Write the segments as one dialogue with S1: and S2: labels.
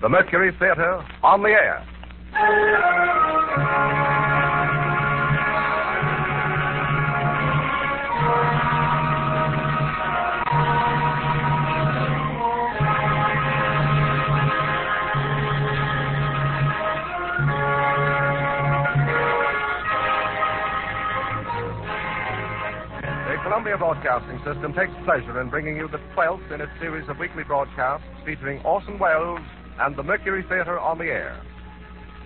S1: The Mercury Theatre on the air. The Columbia Broadcasting System takes pleasure in bringing you the 12th in its series of weekly broadcasts featuring Orson Welles and the Mercury Theater on the air.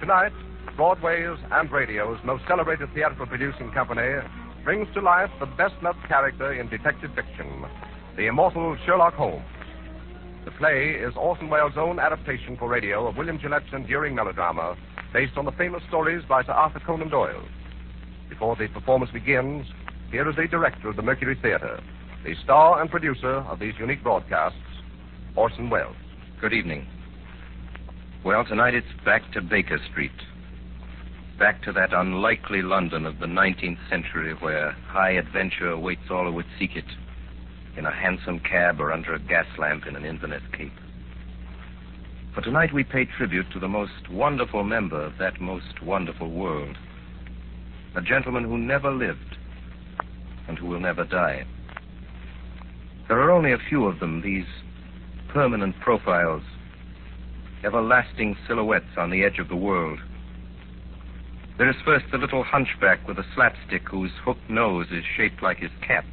S1: Tonight, Broadway's and radio's most celebrated theatrical producing company brings to life the best-loved character in detective fiction, the immortal Sherlock Holmes. The play is Orson Welles' own adaptation for radio of William Gillette's enduring melodrama based on the famous stories by Sir Arthur Conan Doyle. Before the performance begins, here is the director of the Mercury Theater, the star and producer of these unique broadcasts, Orson Welles.
S2: Good evening. Well, tonight it's back to Baker Street. Back to that unlikely London of the 19th century where high adventure awaits all who would seek it in a hansom cab or under a gas lamp in an Inverness cape. For tonight we pay tribute to the most wonderful member of that most wonderful world. A gentleman who never lived and who will never die. There are only a few of them, these permanent profiles everlasting silhouettes on the edge of the world. There is first the little hunchback with a slapstick whose hooked nose is shaped like his cap.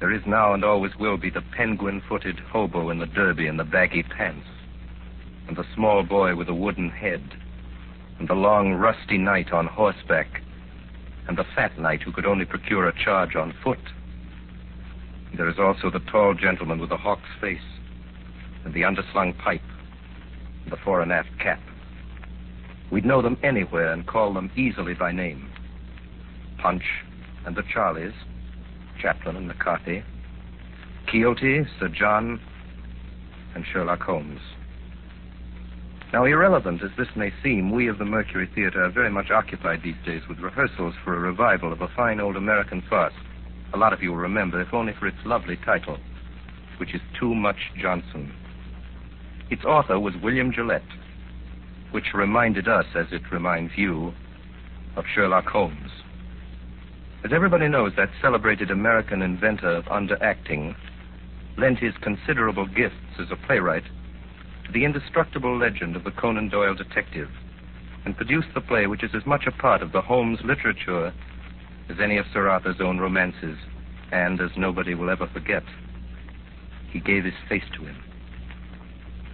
S2: There is now and always will be the penguin footed hobo in the derby and the baggy pants, and the small boy with a wooden head, and the long rusty knight on horseback, and the fat knight who could only procure a charge on foot. There is also the tall gentleman with the hawk's face, and the underslung pipe, the fore and aft cap. We'd know them anywhere and call them easily by name. Punch and the Charlies, Chaplin and McCarthy, Quixote, Sir John, and Sherlock Holmes. Now, irrelevant as this may seem, we of the Mercury Theater are very much occupied these days with rehearsals for a revival of a fine old American farce. A lot of you will remember, if only for its lovely title, which is Too Much Johnson. Its author was William Gillette, which reminded us, as it reminds you, of Sherlock Holmes. As everybody knows, that celebrated American inventor of underacting lent his considerable gifts as a playwright to the indestructible legend of the Conan Doyle detective and produced the play which is as much a part of the Holmes literature as any of Sir Arthur's own romances and as nobody will ever forget. He gave his face to him.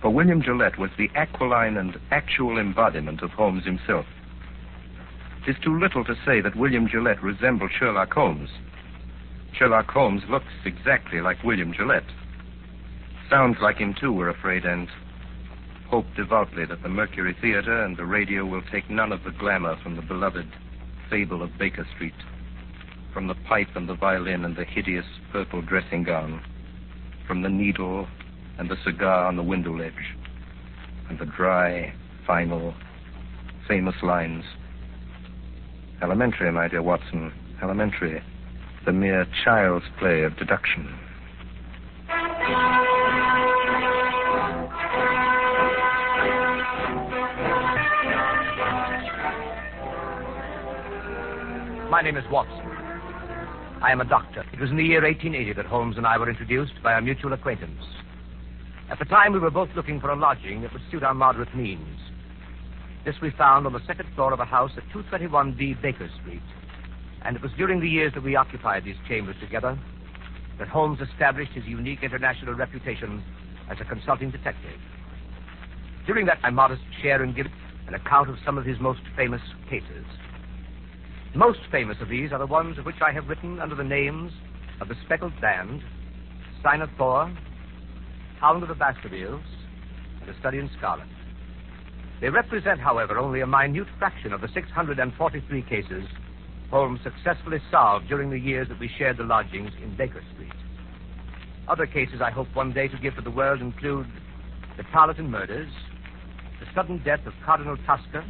S2: For William Gillette was the aquiline and actual embodiment of Holmes himself. It is too little to say that William Gillette resembled Sherlock Holmes. Sherlock Holmes looks exactly like William Gillette. Sounds like him, too, we're afraid, and hope devoutly that the Mercury Theater and the radio will take none of the glamour from the beloved fable of Baker Street, from the pipe and the violin and the hideous purple dressing gown, from the needle and the cigar on the window ledge, and the dry, final, famous lines. Elementary, my dear Watson, elementary. The mere child's play of deduction.
S3: My name is Watson. I am a doctor. It was in the year 1880 that Holmes and I were introduced by a mutual acquaintance. At the time, we were both looking for a lodging that would suit our moderate means. This we found on the second floor of a house at 221B Baker Street. And it was during the years that we occupied these chambers together that Holmes established his unique international reputation as a consulting detective. During that, my modest share in giving an account of some of his most famous cases. Most famous of these are the ones of which I have written under the names of the Speckled Band, Sign of Thor, Hound of the Baskervilles, and A Study in Scarlet. They represent, however, only a minute fraction of the 643 cases Holmes successfully solved during the years that we shared the lodgings in Baker Street. Other cases I hope one day to give to the world include the Tarleton murders, the sudden death of Cardinal Tosca,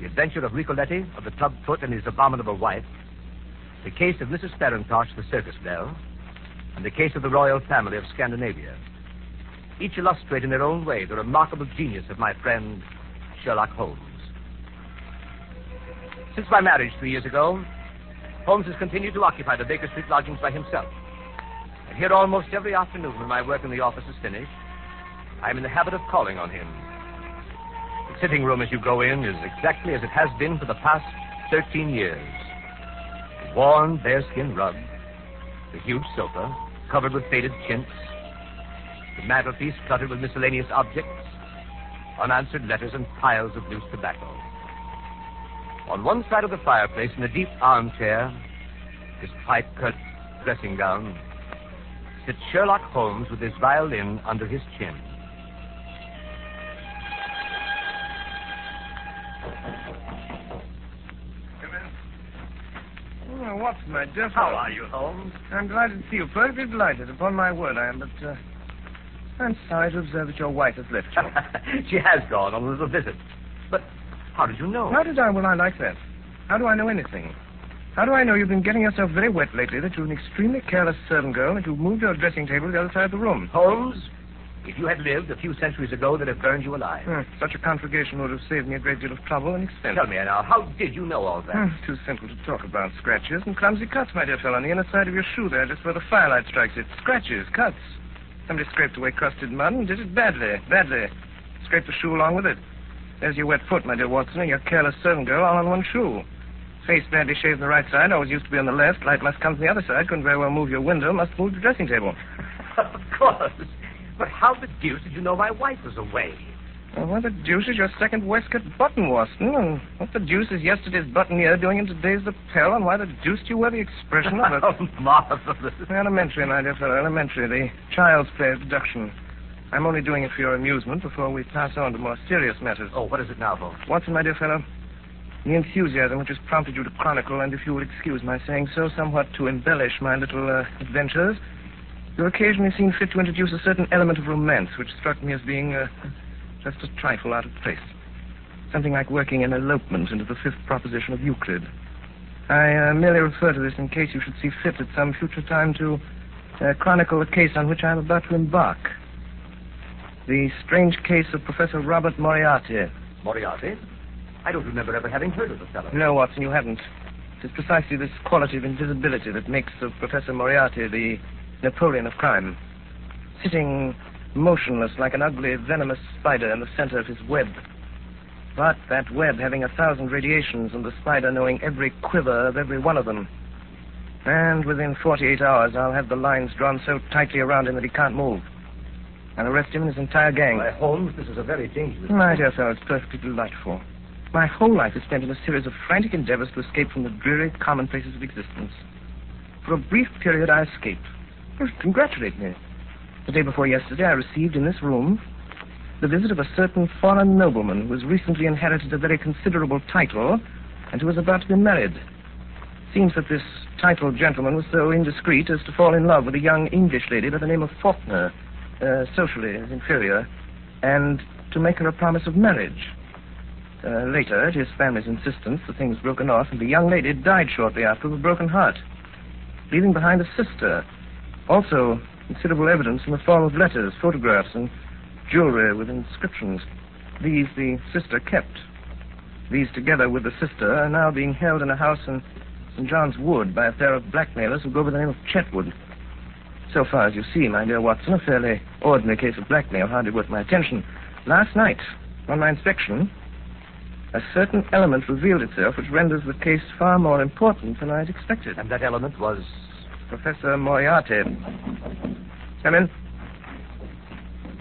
S3: the adventure of Ricoletti, of the club foot and his abominable wife, the case of Mrs. Ferentosh, the circus belle, and the case of the royal family of Scandinavia. each illustrate in their own way the remarkable genius of my friend Sherlock Holmes. Since my marriage three years ago, Holmes has continued to occupy the Baker Street lodgings by himself. And here almost every afternoon when my work in the office is finished, I'm in the habit of calling on him. The sitting room as you go in is exactly as it has been for the past 13 years. The worn bearskin rug, the huge sofa covered with faded chintz, the mantelpiece cluttered with miscellaneous objects, unanswered letters, and piles of loose tobacco. On one side of the fireplace, in a deep armchair, his pipe cut dressing gown, sits Sherlock Holmes with his violin under his chin.
S1: Come in.
S4: Well, Watson, I just.
S3: How are you, Holmes?
S4: I'm delighted to see you. Perfectly delighted. Upon my word, I am. But uh, I'm sorry to observe that your wife has left you.
S3: she has gone on a little visit. But how did you know?
S4: How did I well I like that? How do I know anything? How do I know you've been getting yourself very wet lately, that you're an extremely careless servant girl, that you've moved your dressing table to the other side of the room?
S3: Holmes, if you had lived a few centuries ago, they'd have burned you alive.
S4: Hmm, Such a conflagration would have saved me a great deal of trouble and expense.
S3: Tell me now, how did you know all that?
S4: Hmm, Too simple to talk about. Scratches and clumsy cuts, my dear fellow. On the inner side of your shoe there, just where the firelight strikes it. Scratches, cuts. Somebody scraped away crusted mud and did it badly, badly. Scraped the shoe along with it. There's your wet foot, my dear Watson, and your careless servant girl all on one shoe. Face badly shaved on the right side, always used to be on the left. Light must come from the other side. Couldn't very well move your window, must move the dressing table.
S3: of course. But how the deuce did you know my wife was away?
S4: Well, what the deuce is your second waistcoat button, Watson? And what the deuce is yesterday's buttonniere doing in today's lapel? And why the deuce do you wear the expression of a...
S3: Oh, marvelous.
S4: Elementary, my dear fellow, elementary. The child's play production. I'm only doing it for your amusement before we pass on to more serious matters.
S3: Oh, what is it now, Holmes?
S4: Watson, my dear fellow, the enthusiasm which has prompted you to chronicle, and if you will excuse my saying so, somewhat to embellish my little uh, adventures, you occasionally seem fit to introduce a certain element of romance which struck me as being uh, just a trifle out of place. Something like working an elopement into the fifth proposition of Euclid. I uh, merely refer to this in case you should see fit at some future time to uh, chronicle a case on which I am about to embark. The strange case of Professor Robert Moriarty.
S3: Moriarty? I don't remember ever having heard of the fellow.
S4: No, Watson, you haven't. It is precisely this quality of invisibility that makes of Professor Moriarty the Napoleon of crime. Sitting motionless like an ugly, venomous spider in the center of his web. But that web having a thousand radiations and the spider knowing every quiver of every one of them. And within 48 hours, I'll have the lines drawn so tightly around him that he can't move. I'll arrest him and his entire gang.
S3: Why, Holmes, this is a very dangerous.
S4: My dear fellow, it's perfectly delightful. My whole life is spent in a series of frantic endeavors to escape from the dreary commonplaces of existence. For a brief period, I escaped. Well, Congratulate me. The day before yesterday, I received in this room the visit of a certain foreign nobleman who has recently inherited a very considerable title and who is about to be married. Seems that this titled gentleman was so indiscreet as to fall in love with a young English lady by the name of Faulkner, uh, socially his inferior, and to make her a promise of marriage. Uh, later, at his family's insistence, the thing was broken off, and the young lady died shortly after with a broken heart, leaving behind a sister. Also, considerable evidence in the form of letters, photographs, and jewelry with inscriptions. These the sister kept. These, together with the sister, are now being held in a house in St. John's Wood by a pair of blackmailers who go by the name of Chetwood. So far as you see, my dear Watson, a fairly ordinary case of blackmail hardly worth my attention. Last night, on my inspection, a certain element revealed itself which renders the case far more important than I had expected.
S3: And that element was.
S4: Professor Moriarty. Come in.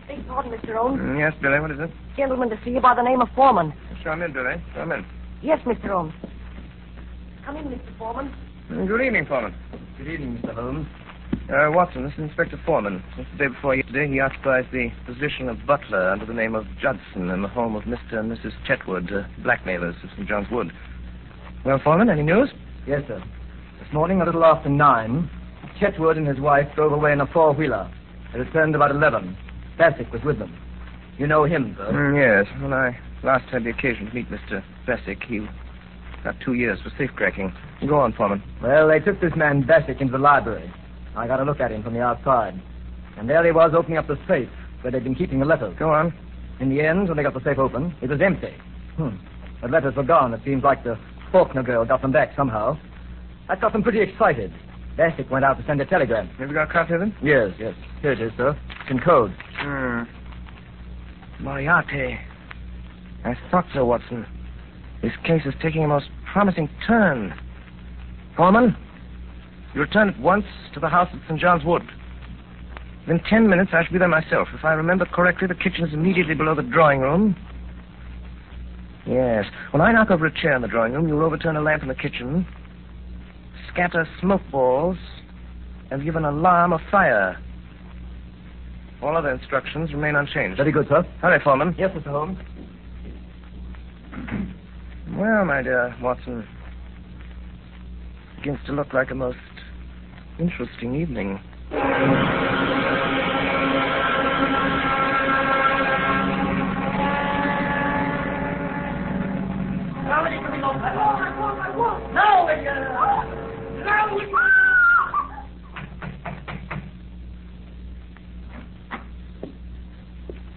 S5: Beg pardon, Mr. Holmes.
S4: Mm, Yes, Billy, what is it?
S5: Gentleman to see you by the name of Foreman.
S4: Show him in, Billy. Show him in.
S5: Yes, Mr. Holmes. Come in, Mr. Foreman.
S4: Mm, Good evening, Foreman.
S3: Good evening, Mr. Holmes.
S4: Uh, Watson, this is Inspector Foreman. Since the day before yesterday, he occupies the position of butler under the name of Judson in the home of Mr. and Mrs. Chetwood, uh, blackmailers of St. John's Wood. Well, Foreman, any news?
S6: Yes, sir. This morning, a little after nine, Chetwood and his wife drove away in a four-wheeler. They returned about eleven. Bassick was with them. You know him, sir.
S4: Mm, yes. When I last had the occasion to meet Mr. Bessick, he got two years for safecracking. Go on, Foreman.
S6: Well, they took this man Bassick into the library. I got a look at him from the outside, and there he was opening up the safe. where they'd been keeping the letters.
S4: Go on.
S6: In the end, when they got the safe open, it was empty. Hmm. The letters were gone. It seems like the Faulkner girl got them back somehow. That got them pretty excited. Bassett went out to send a telegram.
S4: Have you got a copy of it?
S6: Yes, yes. Here it is, sir. It's in code.
S4: Hmm. Moriarty. I thought so, Watson. This case is taking a most promising turn. Foreman, you return at once to the house at St. John's Wood. Within ten minutes, I shall be there myself. If I remember correctly, the kitchen is immediately below the drawing room. Yes. When I knock over a chair in the drawing room, you'll overturn a lamp in the kitchen, scatter smoke balls, and give an alarm of fire. All other instructions remain unchanged.
S6: Very good, sir.
S4: Hurry, Foreman.
S6: Yes, Mr. Holmes.
S4: Well, my dear Watson, begins to look like a most interesting evening.
S5: Somebody's coming over. I won't, I won't, I won't. No, it's gonna. Oh, no, we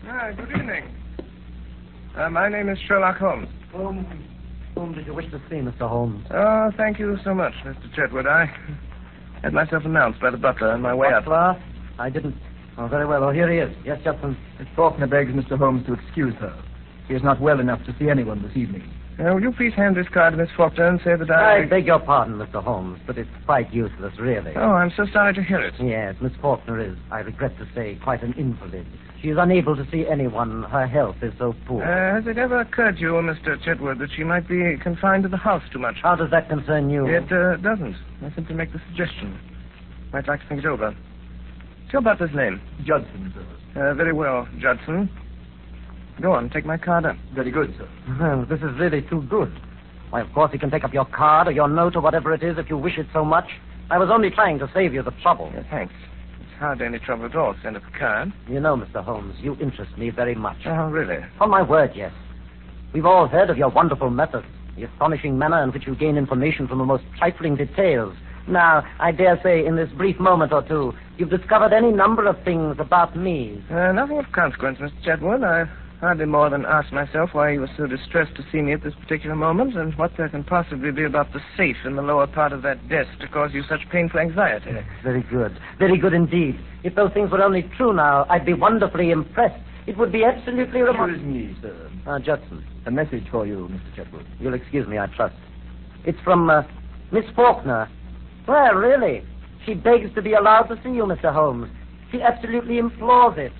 S1: Ah, good evening. Uh, my name is Sherlock Holmes.
S6: Whom, whom did you wish to see, Mr. Holmes?
S4: Oh, thank you so much, Mr. Chetwood. I had myself announced by the butler on my way up.
S6: Butler? I didn't. Oh, very well. Oh, here he is. Yes, Judson. Miss Faulkner begs Mr. Holmes to excuse her. She is not well enough to see anyone this evening.
S4: Uh, will you please hand this card to Miss Faulkner and say that I...
S7: I beg your pardon, Mr. Holmes, but it's quite useless, really.
S4: Oh, I'm so sorry to hear it.
S7: Yes, Miss Faulkner is, I regret to say, quite an invalid. She is unable to see anyone. Her health is so poor.
S4: Uh, has it ever occurred to you, Mr. Chetwood, that she might be confined to the house too much?
S7: How does that concern you?
S4: It uh, doesn't. I simply make the suggestion. Might like to think it over. Tell about this name.
S6: Judson, sir.
S4: Uh, very well, Judson. Uh, Go on, take my card up.
S6: Very good, sir.
S7: Well, this is really too good. Why, of course, you can take up your card or your note or whatever it is if you wish it so much. I was only trying to save you the trouble.
S4: Yeah, thanks. It's hardly any trouble at all. to Send up a card.
S7: You know, Mr. Holmes, you interest me very much.
S4: Oh, really?
S7: On my word, yes. We've all heard of your wonderful method, the astonishing manner in which you gain information from the most trifling details. Now, I dare say in this brief moment or two, you've discovered any number of things about me.
S4: Uh, nothing of consequence, Mr. Chetwood. I hardly more than asked myself why you were so distressed to see me at this particular moment, and what there can possibly be about the safe in the lower part of that desk to cause you such painful anxiety.
S7: Very good. Very good indeed. If those things were only true now, I'd be wonderfully impressed. It would be absolutely remarkable.
S6: Excuse me, sir.
S7: Ah, Judson,
S6: A message for you, Mr. Chetwood.
S7: you'll excuse me, I trust. It's from uh, Miss Faulkner. Well, really, she begs to be allowed to see you, Mr. Holmes. She absolutely implores it.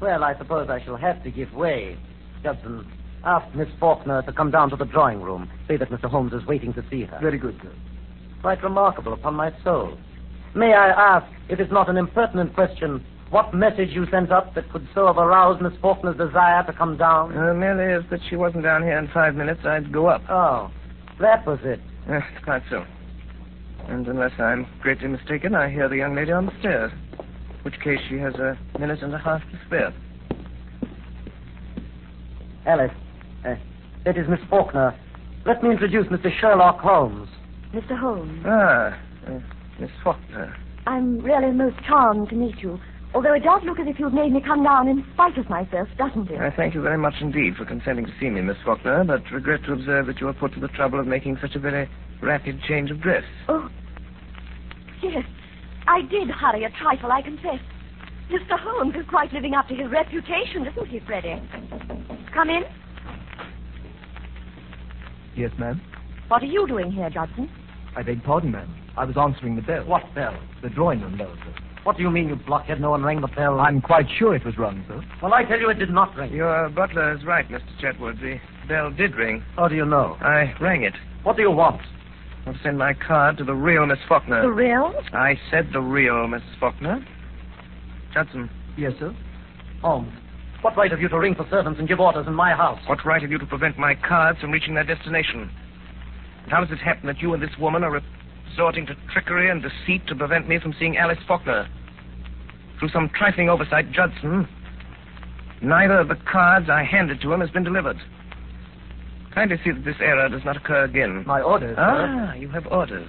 S7: Well, I suppose I shall have to give way. Judson, ask Miss Faulkner to come down to the drawing room. Say that Mr. Holmes is waiting to see her.
S6: Very good, sir.
S7: Quite remarkable upon my soul. May I ask, if it's not an impertinent question, what message you sent up that could so have aroused Miss Faulkner's desire to come down?
S4: Uh, merely if that she wasn't down here in five minutes, I'd go up.
S7: Oh, that was it.
S4: Uh, quite so. And unless I'm greatly mistaken, I hear the young lady on the stairs. Which case she has a minute and a half to spare.
S7: Alice, uh, that is Miss Faulkner. Let me introduce Mr. Sherlock Holmes.
S5: Mr. Holmes,
S4: Ah, uh, Miss Faulkner.
S5: I'm really most charmed to meet you. Although it does look as if you've made me come down in spite of myself, doesn't it?
S4: I Uh, thank you very much indeed for consenting to see me, Miss Faulkner, but regret to observe that you were put to the trouble of making such a very rapid change of dress.
S5: Oh, yes. I did hurry a trifle, I confess. Mr. Holmes is quite living up to his reputation, isn't he, Freddie? Come in.
S6: Yes, ma'am.
S5: What are you doing here, Judson?
S6: I beg pardon, ma'am. I was answering the bell.
S7: What bell?
S6: The drawing room bell, sir.
S7: What do you mean, you blockhead? No one rang the bell.
S6: I'm quite sure it was rung, sir.
S7: Well, I tell you, it did not ring.
S4: Your butler is right, Mr. Chetwood. The bell did ring.
S7: How do you know?
S4: I rang it.
S7: What do you want?
S4: I'll send my card to the real Miss Faulkner.
S5: The real?
S4: I said the real Mrs. Faulkner. Judson,
S6: Yes, sir.
S7: Holmes, what right have you to ring for servants and give orders in my house?
S4: what right have you to prevent my cards from reaching their destination? And how does it happen that you and this woman are resorting to trickery and deceit to prevent me from seeing Alice Faulkner? Through some trifling oversight, Judson, neither of the cards I handed to him has been delivered. Kindly see that this error does not occur again.
S6: My orders, sir.
S4: Ah, you have orders.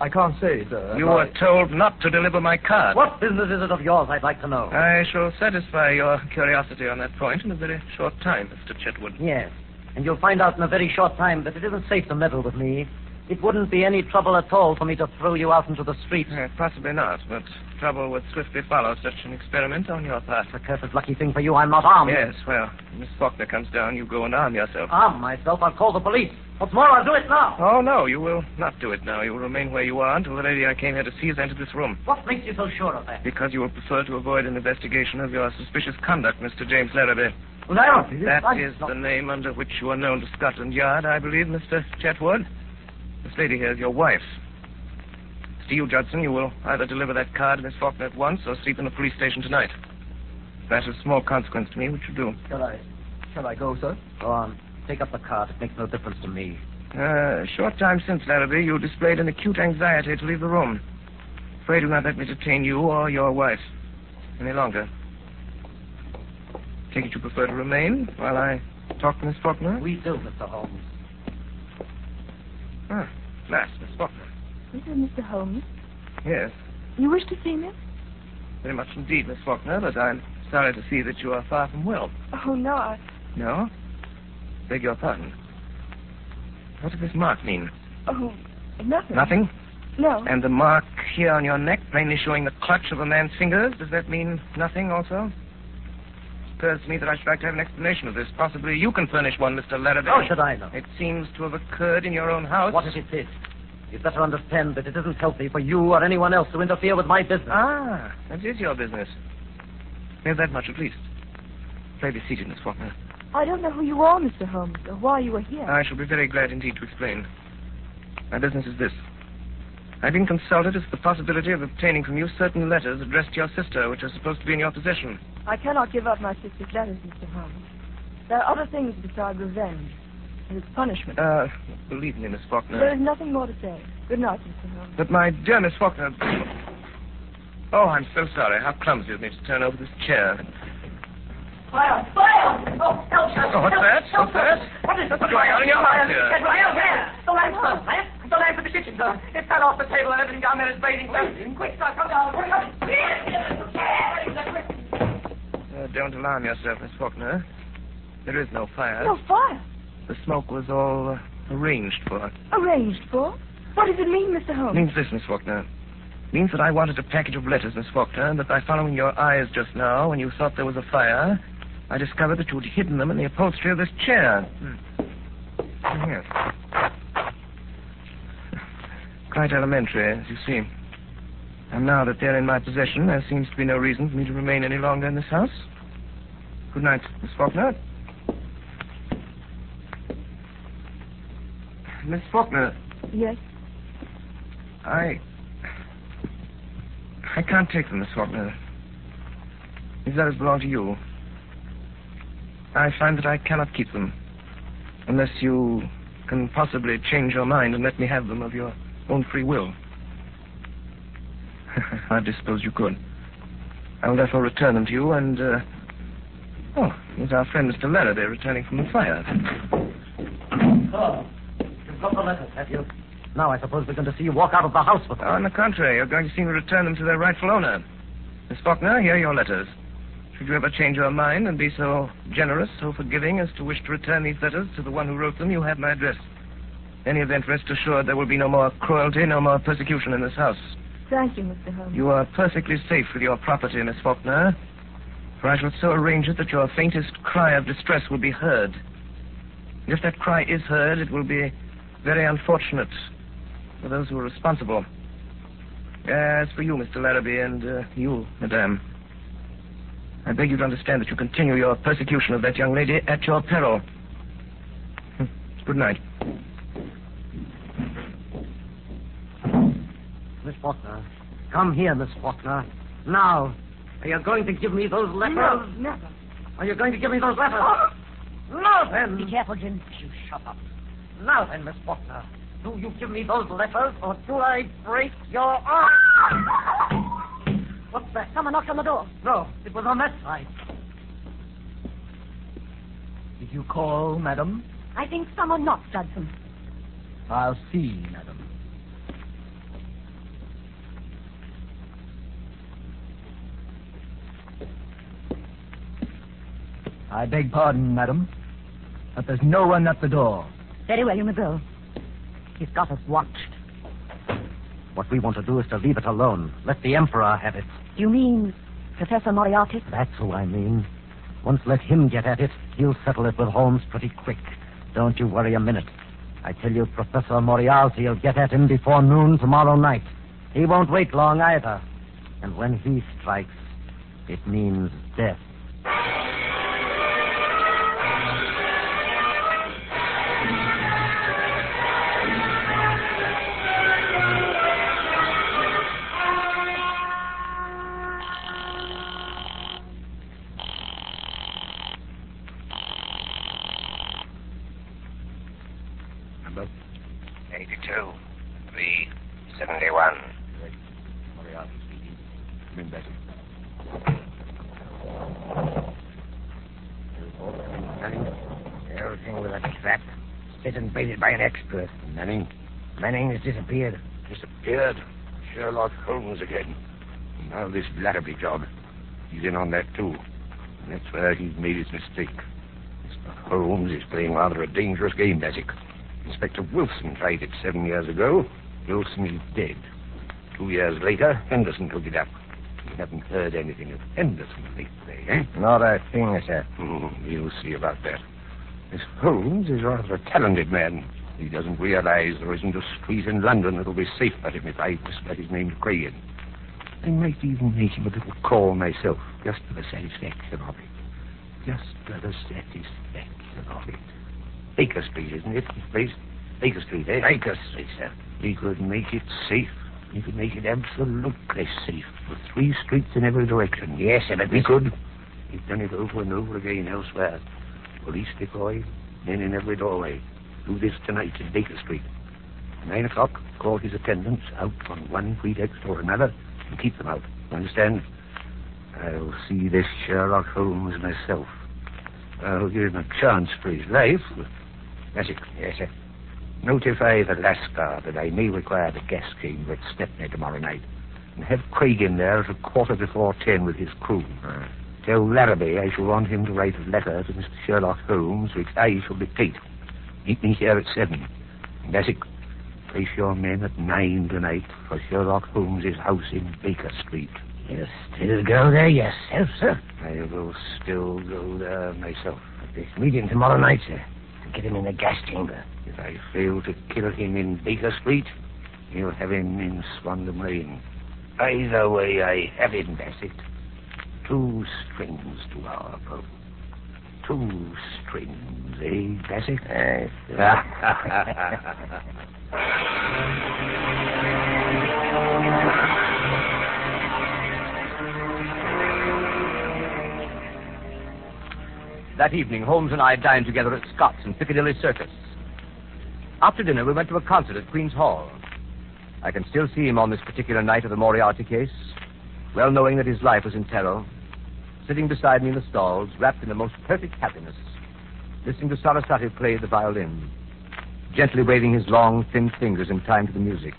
S6: I can't say, sir.
S2: You
S6: I-
S2: were told not to deliver my card.
S7: What business is it of yours, I'd like to know?
S4: I shall satisfy your curiosity on that point in a very short time, Mr. Chetwood.
S7: Yes. And you'll find out in a very short time that it isn't safe to meddle with me. It wouldn't be any trouble at all for me to throw you out into the street.
S4: Uh, possibly not, but trouble would swiftly follow such an experiment on your part.
S7: It's a cursed lucky thing for you I'm not armed.
S4: Yes, well, Miss Faulkner comes down, you go and arm yourself.
S7: Arm myself, I'll call the police. What's more, I'll do it now.
S4: Oh, no, you will not do it now. You will remain where you are until the lady I came here to see has entered this room.
S7: What makes you so sure of that?
S4: Because you will prefer to avoid an investigation of your suspicious conduct, Mr. James Larrabee.
S7: Well, I don't
S4: That
S7: I'm
S4: is
S7: not-
S4: the name under which you are known to Scotland Yard, I believe, Mr. Chetwood. This lady here is your wife. It's to you, Judson. You will either deliver that card to Miss Faulkner at once or sleep in the police station tonight. That is small consequence to me, which you do.
S6: Shall I, shall I go, sir?
S7: Go on. Take up the card. It makes no difference to me.
S4: Uh, a short time since, Larrabee, you displayed an acute anxiety to leave the room. Pray do not let me detain you or your wife any longer. Take it you prefer to remain while I talk to Miss Faulkner?
S7: We do, Mr. Holmes.
S4: Ah, last, Miss Faulkner.
S5: This is Mr. Holmes.
S4: Yes,
S5: You wish to see me?
S4: very much indeed, Miss Faulkner, but I'm sorry to see that you are far from well.
S5: Oh, no. I...
S4: No? Beg your pardon. What does this mark mean?
S5: Oh, nothing.
S4: Nothing?
S5: No.
S4: And the mark here on your neck, plainly showing the clutch of a man's fingers, does that mean nothing also? It occurs to me that I should like to have an explanation of this. Possibly you can furnish one, Mr. Larrabee.
S7: How Oh, should I know?
S4: It seems to have occurred in your own house.
S7: What if it did? You'd better understand that it isn't healthy for you or anyone else to interfere with my business.
S4: Ah, that is your business. Know that much at least. Pray be seated, Miss Faulkner.
S5: I don't know who you are, Mr. Holmes, or why you are here.
S4: I shall be very glad indeed to explain. My business is this. I've been consulted as to the possibility of obtaining from you certain letters addressed to your sister, which are supposed to be in your possession.
S5: I cannot give up my sister's letters, Mr. Holmes. There are other things besides revenge. There is punishment.
S4: Uh, believe me, Miss
S5: There
S4: Faulkner.
S5: is nothing more to say. Good night, Mr. Holmes.
S4: But my dear Miss Faulkner. Oh, I'm so sorry. How clumsy of me to turn over this chair.
S8: Fire! Fire! Oh, help! help
S4: Oh, what's
S8: help,
S4: that?
S8: Help,
S4: What's that?
S8: help. What is
S4: What's going on in your house here?
S8: Get right out there! The lamp, the lamp, the lamp in the kitchen, sir. It fell off the table and everything down there is blazing. blazing. Quick, sir, come down. Quick, come. Here, here, quick.
S4: Uh, don't alarm yourself, Miss Faulkner. There is no fire.
S5: No fire.
S4: The smoke was all uh, arranged for.
S5: Arranged for? What does it mean, Mr. Holmes?
S4: Means this, Miss Faulkner. Means that I wanted a package of letters, Miss Faulkner, and that by following your eyes just now, when you thought there was a fire, I discovered that you'd hidden them in the upholstery of this chair. Hmm. Yes. Quite elementary, as you see. And now that they're in my possession, there seems to be no reason for me to remain any longer in this house. Good night, Miss Faulkner. Miss Faulkner.
S5: Yes.
S4: I. I can't take them, Miss Faulkner. These letters belong to you. I find that I cannot keep them. Unless you can possibly change your mind and let me have them of your own free will. Hardly suppose you could. I will therefore return them to you and, uh. Oh, here's our friend Mr. Larrabee returning from the fire.
S7: Oh, you've got the letters, have you? Now I suppose we're going to see you walk out of the house with them.
S4: On the contrary, you're going to see me return them to their rightful owner. Miss Faulkner, here are your letters. Should you ever change your mind and be so generous, so forgiving as to wish to return these letters to the one who wrote them, you have my address. Any event, rest assured there will be no more cruelty, no more persecution in this house.
S5: Thank you, Mr. Holmes.
S4: You are perfectly safe with your property, Miss Faulkner, for I shall so arrange it that your faintest cry of distress will be heard. And if that cry is heard, it will be very unfortunate for those who are responsible. As for you, Mr. Larrabee, and uh, you, madame, I beg you to understand that you continue your persecution of that young lady at your peril. Hmm. Good night.
S7: Miss Faulkner. Come here, Miss Faulkner. Now. Are you going to give me those letters?
S5: No, never. Oh.
S7: Are you going to give me those letters? Now then. Oh, Be careful, Jim. You shut up. Now then, Miss Faulkner. Do you give me those letters or do I break your arm? What's that?
S5: Someone knocked on the door.
S7: No, it was on that side.
S6: Did you call, madam?
S5: I think someone knocked, Judson.
S6: I'll see, madam.
S9: I beg pardon, madam, but there's no one at the door.
S7: Very well, you may go. He's got us watched.
S3: What we want to do is to leave it alone. Let the Emperor have it.
S7: You mean Professor Moriarty?
S3: That's who I mean. Once let him get at it, he'll settle it with Holmes pretty quick. Don't you worry a minute. I tell you, Professor Moriarty will get at him before noon tomorrow night. He won't wait long either. And when he strikes, it means death.
S10: Number? 82. 371.
S3: Everything with a trap. Disinflated by an expert. Manning? Manning has disappeared.
S10: Disappeared. Sherlock Holmes again. Now this Blatterby job. He's in on that, too. And that's where he's made his mistake. Mr. Holmes is playing rather a dangerous game, Bassick. Inspector Wilson tried it seven years ago. Wilson is dead. Two years later, Henderson took it up. We haven't heard anything of Henderson lately, eh?
S3: Not a thing, sir.
S10: Oh, we'll see about that. This Holmes is rather a talented man. He doesn't realize there isn't a street in London that'll be safe for him if I whisper his name to Cragen. I might even make him a little call myself, just for the satisfaction of it. Just for the satisfaction of it. Baker Street, isn't it? this Place? Baker Street, eh? Baker Street, sir. We could make it safe. We could make it absolutely safe for three streets in every direction. Yes, sir, but we could. We've done it over and over again elsewhere. Police decoy, men in every doorway. Do this tonight in Baker Street. Nine o'clock, call his attendants out on one pretext or another and keep them out. You understand? I'll see this Sherlock Holmes myself. I'll give him a chance for his life. Magic. Yes, sir. Notify the Lascar that I may require the gas chamber at Stepney tomorrow night. And have Craig in there at a quarter before ten with his crew. Tell Larrabee I shall want him to write a letter to Mr. Sherlock Holmes, which I shall dictate. Meet me here at seven. Magic. Place your men at nine tonight for Sherlock Holmes's house in Baker Street.
S5: You still go there yourself, sir?
S10: I will still go there myself.
S5: This meeting tomorrow night, sir. Get him in the gas chamber.
S10: If I fail to kill him in Baker Street, you'll have him in Swandam Lane. Either way, I have him, Bassett. Two strings to our bow. Two strings, eh, Bassett? Ah.
S3: That evening, Holmes and I dined together at Scott's in Piccadilly Circus. After dinner, we went to a concert at Queen's Hall. I can still see him on this particular night of the Moriarty case, well knowing that his life was in peril, sitting beside me in the stalls, wrapped in the most perfect happiness, listening to Sarasate play the violin, gently waving his long, thin fingers in time to the music.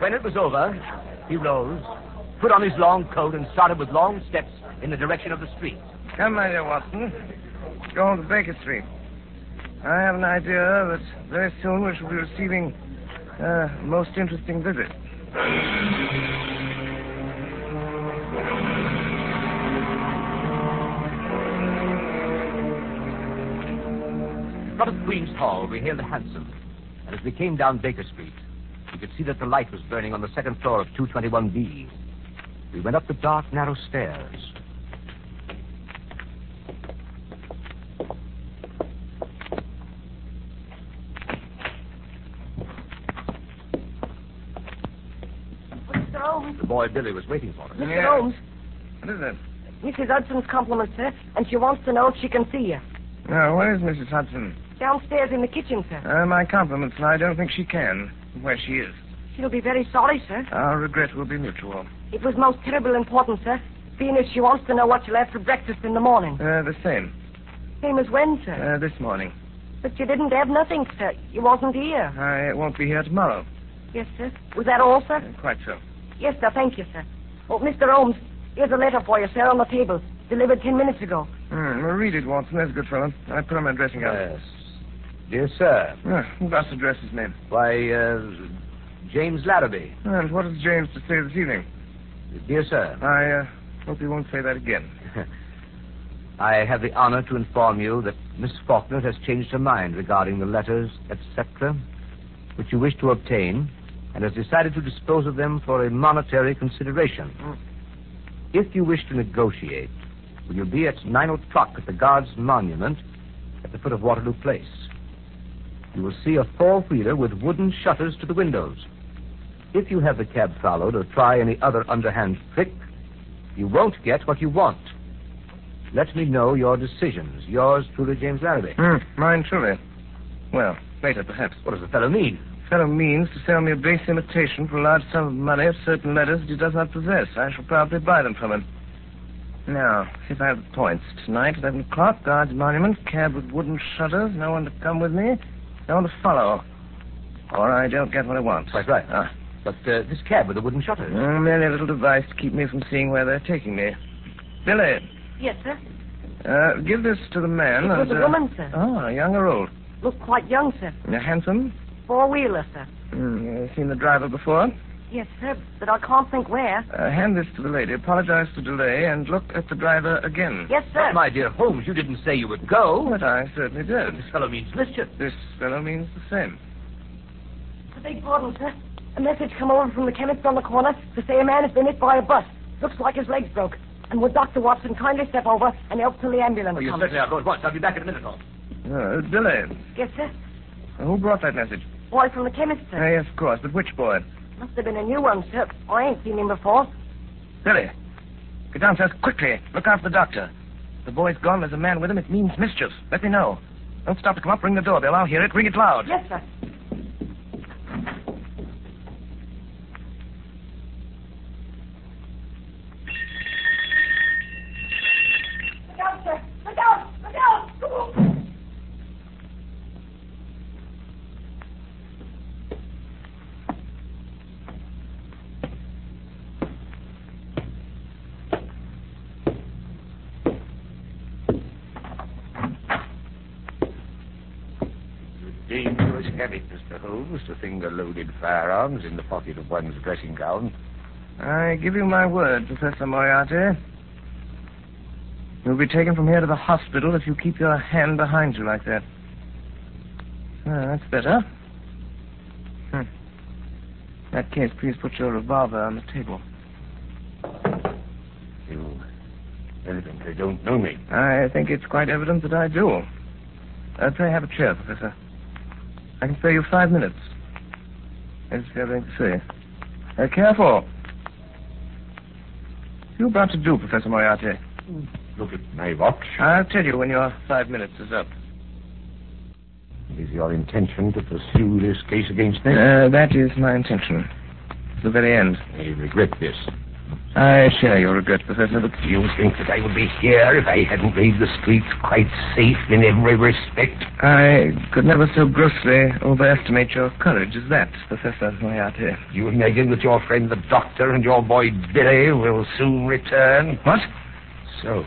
S3: When it was over, he rose, put on his long coat, and started with long steps in the direction of the street.
S4: Come, my dear Watson. Go on to Baker Street. I have an idea that very soon we shall be receiving a most interesting visit.
S3: From Queen's Hall, we hailed a hansom, and as we came down Baker Street, we could see that the light was burning on the second floor of 221B. We went up the dark, narrow stairs.
S5: Mr. Holmes.
S3: The boy Billy was waiting for us.
S5: Mr.
S4: Yeah.
S5: Holmes.
S4: What is it?
S5: Mrs. Hudson's compliments, sir, and she wants to know if she can see you.
S4: No, where is Mrs. Hudson?
S5: Downstairs in the kitchen, sir.
S4: Uh, my compliments, and I don't think she can. Where she is.
S5: She'll be very sorry, sir.
S4: Our regret will be mutual.
S5: It was most terribly important, sir. Being as she wants to know what she'll have for breakfast in the morning.
S4: Uh, the same.
S5: Same as when, sir.
S4: Uh, this morning.
S5: But you didn't have nothing, sir. You wasn't here.
S4: I won't be here tomorrow.
S5: Yes, sir. Was that all,
S4: Uh,
S5: sir?
S4: quite so.
S5: Yes, sir. Thank you, sir. Oh, Mr. Holmes, here's a letter for you, sir, on the table. Delivered ten minutes ago.
S4: Hmm, well, read it, Watson. That's good fellow. I put on my dressing gown.
S3: Yes. Dear sir,
S4: Ah, who got to dress his name?
S3: why, uh, James Larrabee.
S4: And what is James to say this evening?
S3: Dear sir,
S4: I uh, hope he won't say that again.
S3: I have the honor to inform you that Miss Faulkner has changed her mind regarding the letters, etc., which you wish to obtain, and has decided to dispose of them for a monetary consideration.
S4: Mm.
S3: If you wish to negotiate, will you be at nine o'clock at the Guards Monument at the foot of Waterloo Place? You will see a four-wheeler with wooden shutters to the windows. If you have the cab followed or try any other underhand trick, you won't get what you want. Let me know your decisions. Yours truly, James Larrabee.
S4: Hmm, mine truly. Well, later, perhaps.
S3: What does the fellow mean?
S4: fellow means to sell me a base imitation for a large sum of money of certain letters that he does not possess. I shall probably buy them from him. Now, see if I have the points. Tonight, 11 o'clock, Guards Monument, cab with wooden shutters, no one to come with me, no one to follow. Or I don't get what I want.
S3: Quite right.
S4: Ah.
S3: But uh, this cab with the wooden shutters.
S4: Mm, merely a little device to keep me from seeing where they're taking me. Billy,
S5: Yes, sir.
S4: uh, give this to the man.
S5: It was
S4: and,
S5: a
S4: uh,
S5: woman, sir.
S4: Oh, young or old?
S5: Looked quite young, sir.
S4: Uh, handsome?
S5: Four-wheeler, sir.
S4: Mm, uh, seen the driver before?
S5: Yes, sir. But I can't think where.
S4: Uh, hand this to the lady. Apologize for delay and look at the driver again.
S5: Yes, sir.
S3: But, my dear Holmes, you didn't say you would go.
S4: But I certainly did.
S3: This fellow means mischief.
S4: This fellow means the same.
S5: I beg pardon, sir. A message come over from the chemist on the corner to say a man has been hit by a bus. Looks like his legs broke. And would Dr. Watson kindly step over and help till the ambulance
S3: Oh, you
S5: comes?
S3: certainly are going at once. I'll be back in a minute, Holmes.
S4: Uh, Billy,
S5: Yes, sir.
S4: who brought that message?
S5: Boy from the chemist,
S4: Ah,
S5: sir.
S4: yes, of course, but which boy?
S5: Must have been a new one, sir. I ain't seen him before.
S4: Billy, get downstairs quickly. Look after the doctor. The boy's gone. There's a man with him. It means mischief. Let me know. Don't stop to come up. Ring the doorbell. I'll hear it. Ring it loud.
S5: Yes, sir.
S8: Look out, sir! Look out! Look out!
S10: dangerous habit, Mr. Holmes, to finger loaded firearms in the pocket of one's dressing gown.
S4: I give you my word, Professor Moriarty. You'll be taken from here to the hospital if you keep your hand behind you like that.
S3: Uh,
S4: Ah, that's better. Hmm. In that case, please put your revolver on the table.
S10: You evidently don't know me.
S4: I think it's quite evident that I do. Uh, pray have a chair, Professor. I can spare you five minutes. That's what I have to say. Uh, careful. You about to do, Professor Moriarty?
S10: Look at my watch.
S4: I'll tell you when your five minutes is up.
S10: It is your intention to pursue this case against me?
S4: Uh, that is my intention. To the very end.
S10: I regret this.
S4: I share your regret, Professor, but
S10: Do you think that I would be here if I hadn't made the streets quite safe in every respect?
S4: I could never so grossly overestimate your courage as that, Professor Moriarty.
S10: Do you imagine that your friend the doctor and your boy Billy will soon return?
S4: What?
S10: So,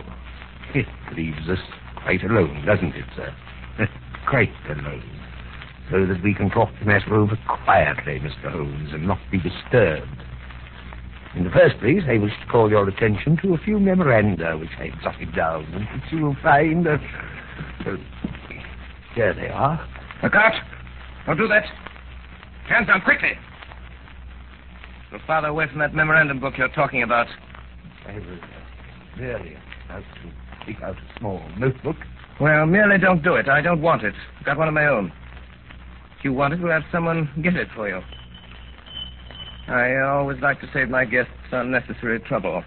S10: it leaves us quite alone, doesn't it, sir? quite alone. So that we can talk the matter over quietly, Mr. Holmes, and not be disturbed. In the first place, I wish to call your attention to a few memoranda which I have jotted down, and which you will find that... uh, here they are.
S4: Lecoq, don't do that. Hands down, quickly. Go farther away from that memorandum book you're talking about.
S10: I was uh, really about to pick out a small notebook.
S4: Well, merely don't do it. I don't want it. Got one of my own. If you want it, we'll have someone get it for you. I always like to save my guests unnecessary trouble.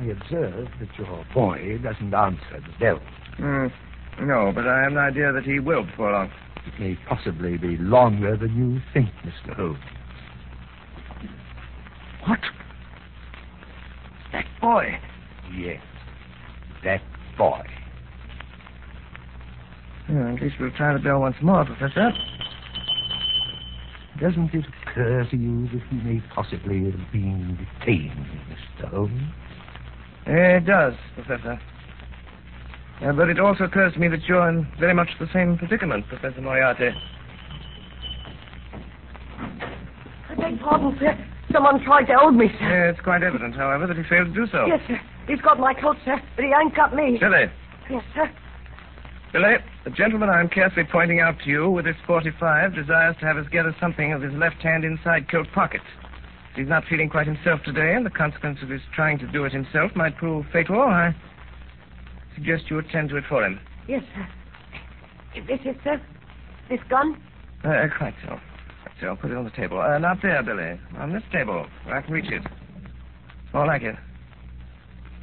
S10: I observe that your boy doesn't answer the bell.
S4: Hmm. No, but I have an idea that he will before long.
S10: It may possibly be longer than you think, Mr. Holmes.
S4: What? That boy.
S10: Yes. That boy.
S4: Yeah, Hmm, at least we'll try the bell once more, Professor.
S10: Doesn't it occur to you that he may possibly have been detained, Mr. Holmes?
S4: It does, Professor. Uh, but it also occurs to me that you're in very much the same predicament, Professor Moriarty.
S5: I beg pardon, sir. Someone tried to hold me, sir.
S4: Yeah, it's quite evident, however, that he failed to do so.
S5: Yes, sir. He's got my coat, sir, but he ain't got me.
S4: Billy,
S5: Yes, sir.
S4: Billy, the gentleman I'm carefully pointing out to you with his 45 desires to have us gather something of his left hand inside coat pocket. He's not feeling quite himself today, and the consequence of his trying to do it himself might prove fatal. I suggest you attend to it for him.
S5: Yes, sir. Is this it, sir? This gun?
S4: Uh, quite so. Quite so. Put it on the table. Uh, not there, Billy. On this table. I can reach it. More like it.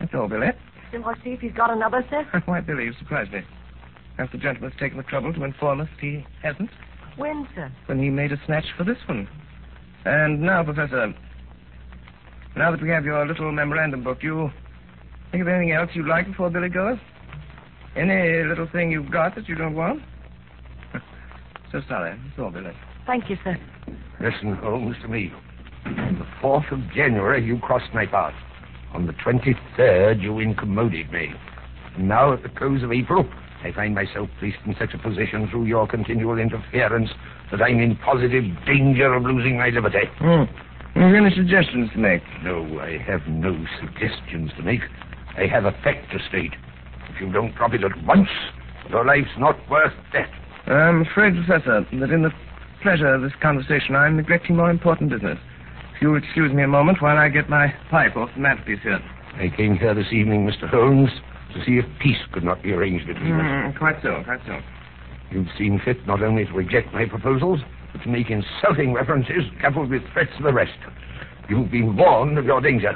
S4: That's all, Billy.
S5: Still, I see if he's got another, sir.
S4: Why, Billy, you surprised me. Perhaps the gentleman's taken the trouble to inform us that he hasn't
S5: When, sir?
S4: when he made a snatch for this one. And now, Professor, now that we have your little memorandum book, you think of anything else you'd like before Billy goes? Any little thing you've got that you don't want? so sorry. That's all, Billy.
S5: Thank you, sir.
S10: Listen, Holmes, to me. On the 4th of January, you crossed my path. On the 23rd, you incommoded me. And now, at the close of April, I find myself placed in such a position through your continual interference that I'm in positive danger of losing my liberty.
S4: Hmm. You've any suggestions to make?
S10: No, I have no suggestions to make. I have a fact to state. If you don't drop it at once, your life's not worth that.
S4: I'm afraid, Professor, that in the pleasure of this conversation, I'm neglecting more important business. If you'll excuse me a moment while I get my pipe off the mantelpiece here.
S10: I came here this evening, Mr. Holmes, to see if peace could not be arranged between us.
S4: Mm, quite so, quite so.
S10: You've seen fit not only to reject my proposals, but to make insulting references coupled with threats of arrest. You've been warned of your danger.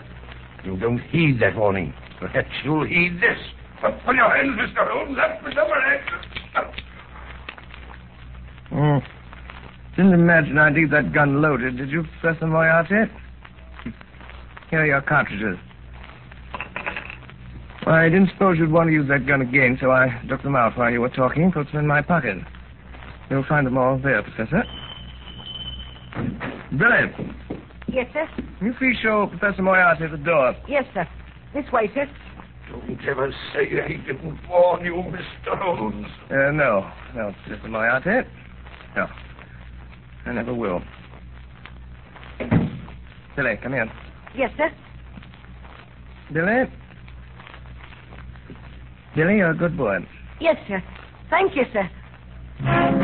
S10: You don't heed that warning. Perhaps you'll heed this. Up with your hands, Mr. Holmes. Up with your hands.
S4: Mm. Didn't imagine I'd leave that gun loaded, did you, Professor Moriarty? Here are your cartridges. Well, I didn't suppose you'd want to use that gun again, so I took them out while you were talking and put them in my pocket. You'll find them all there, Professor. Billy,
S5: Yes, sir.
S4: you please show Professor Moriarty at the door.
S5: Yes, sir. This way, sir.
S10: Don't ever say I didn't warn you, Mr. Holmes.
S4: Uh, no, no, Professor Moriarty. No. I never will. Billy, come here.
S5: Yes, sir.
S4: Billy? Billy, you're a good boy.
S5: Yes, sir. Thank you, sir.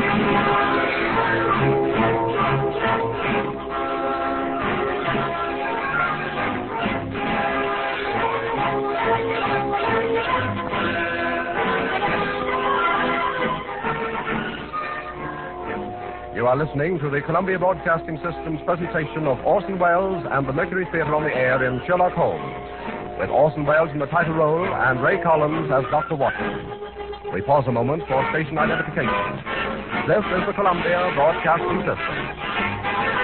S1: You are listening to the Columbia Broadcasting System's presentation of Orson Welles and the Mercury Theatre on the Air in Sherlock Holmes, with Orson Welles in the title role and Ray Collins as Dr. Watson. We pause a moment for station identification. This is the Columbia Broadcasting System.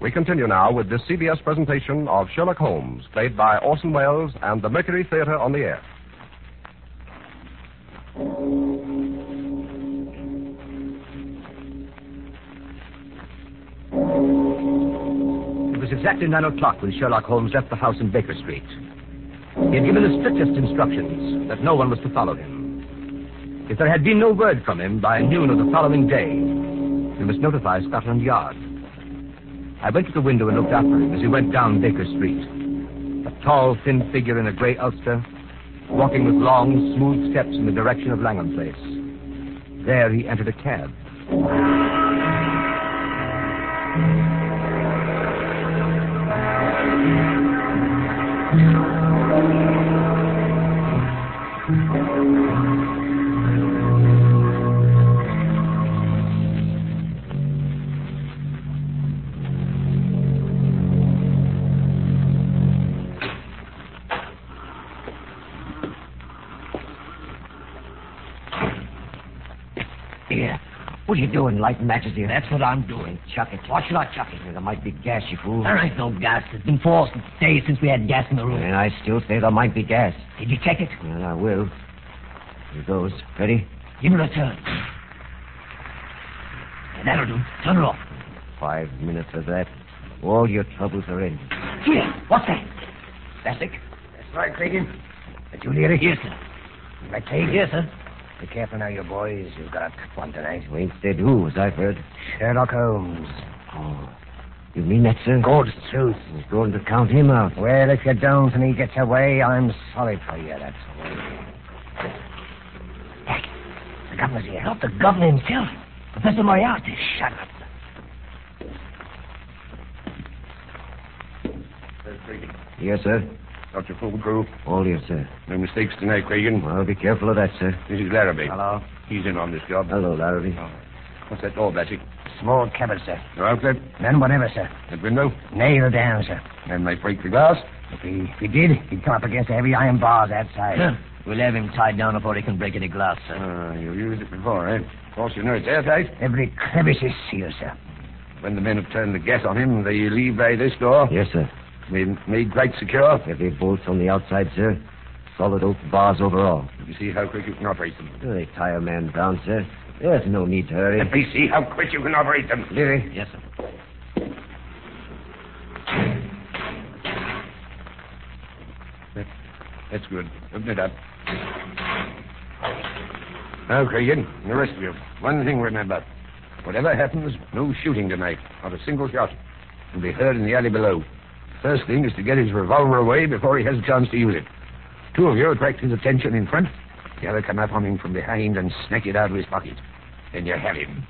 S1: We continue now with the CBS presentation of Sherlock Holmes, played by Orson Welles and the Mercury Theatre on the air.
S3: It was exactly nine o'clock when Sherlock Holmes left the house in Baker Street. He had given the strictest instructions that no one was to follow him. If there had been no word from him by noon of the following day, we must notify Scotland Yard. I went to the window and looked after him as he went down Baker Street. A tall, thin figure in a grey ulster, walking with long, smooth steps in the direction of Langham Place. There he entered a cab.
S7: What are you doing, lighting matches here? That's what I'm doing. Chuck it. Why should I chuck it? There might be gas, you fool. There ain't no gas. It's been four days since we had gas in the room. And I still say there might be gas. Did you check it? Well, I will. Here goes. Ready? Give it a turn. And that'll do. Turn it off. Five minutes of that. All your troubles are ended. Here. What's that? That's it? That's right, Creighton. But you need it here, sir. I tell you here, sir. Be careful now, you boys. You've got a tough one tonight. Wait, said who, as I've heard? Sherlock Holmes. Oh. You mean that, sir? God's truth. It's going to count him out. Well, if you don't and he gets away, I'm sorry for you, that's all. Heck, the governor's here. Not the governor himself. Professor Moriarty. Shut up. Yes, sir.
S10: Dr. Fulcrew,
S7: All here, sir.
S10: no mistakes tonight, Cragen.
S7: Well, be careful of that, sir.
S10: This is Larrabee.
S7: Hello.
S10: He's in on this job. Oh.
S7: Hello, Larrabee.
S10: What's that door, Blatty?
S7: Small cabin, sir.
S10: No outlet?
S7: None whatever, sir.
S10: That window?
S7: Nailed down, sir.
S10: And they break the glass?
S7: If he, if he did, he'd come up against the heavy iron bars outside. We'll have him tied down before he can break any glass, sir.
S10: Ah, you used it before, eh? Of course, you know it's airtight.
S7: Every crevice is sealed, sir.
S10: When the men have turned the gas on him, they leave by this door.
S7: Yes, sir.
S10: They made quite secure.
S7: Every bolt's on the outside, sir. Solid oak bars overall.
S10: You see how quick you can operate them.
S7: They tie a man down, sir. There's no need to hurry.
S10: Let me see how quick you can operate them.
S7: Leary? Yes, sir.
S10: That's good. Open it up. Now, Cragen, and the rest of you, one thing remember. Whatever happens, no shooting tonight. Not a single shot. It'll be heard in the alley below. First thing is to get his revolver away before he has a chance to use it. Two of you attract his attention in front. The other come up on him from behind and snatch it out of his pocket. Then you have him.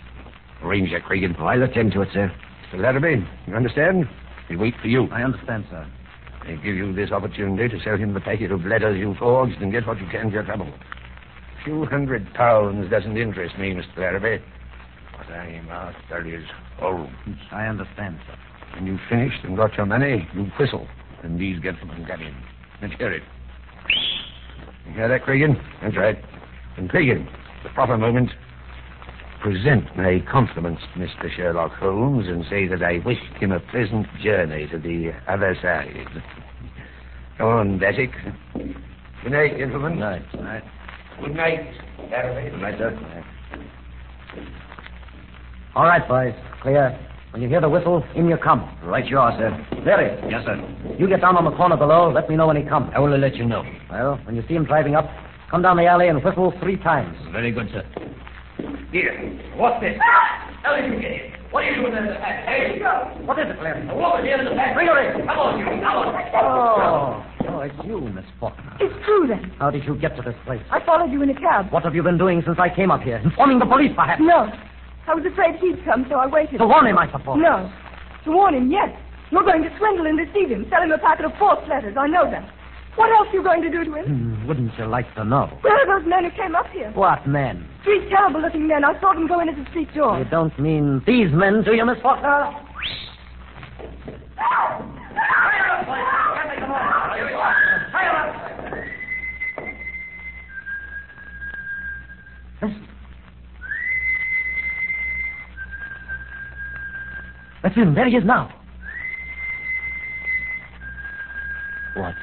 S10: Arrange that, Cragen.
S7: Oh, I'll attend to it, sir.
S10: Mr. Larrabee, you understand? We wait for you.
S11: I understand, sir.
S10: They give you this opportunity to sell him the packet of letters you forged and get what you can for your trouble. A few hundred pounds doesn't interest me, Mr. Larrabee. What I am after is Holmes.
S11: I understand, sir.
S10: When you've finished and got your money, you whistle, and these gentlemen come in. Let's hear it. You hear that, Cregan? That's right. And Cregan, the proper moment, present my compliments to Mr. Sherlock Holmes and say that I wish him a pleasant journey to the other side. Come on, Batic. Good night, gentlemen.
S7: Good night.
S10: Good night, Larrabee. Good night, sir.
S8: All right, boys. Clear. When you hear the whistle, in you come.
S7: Right you are, sir.
S8: Larry,
S7: Yes, sir.
S8: you get down on the corner below. Let me know when he comes.
S7: I will let you know.
S8: Well, when you see him driving up, come down the alley and whistle three times.
S7: Very good, sir.
S3: Here. What's this? Ah! How did you get in? What are you doing in the back? Hey, What is it, Larry? A woman here in the back. Bring her in. Come on, you. Come on.
S8: Oh, oh, it's you, Miss Faulkner.
S5: It's true, then.
S8: How did you get to this place?
S5: I followed you in a cab.
S8: What have you been doing since I came up here? Informing the police, perhaps?
S5: No. I was afraid he'd come, so I waited.
S8: To warn him, I suppose.
S5: No. To warn him, yes. You're going to swindle and deceive him, sell him a packet of false letters. I know that. What else are you going to do to him?
S8: Hmm, wouldn't you like to know?
S5: Where are those men who came up here?
S8: What men?
S5: Three terrible-looking men. I saw them go in at the street door.
S8: You don't mean these men, do you, Miss Faulkner? That's him. There he is now. What?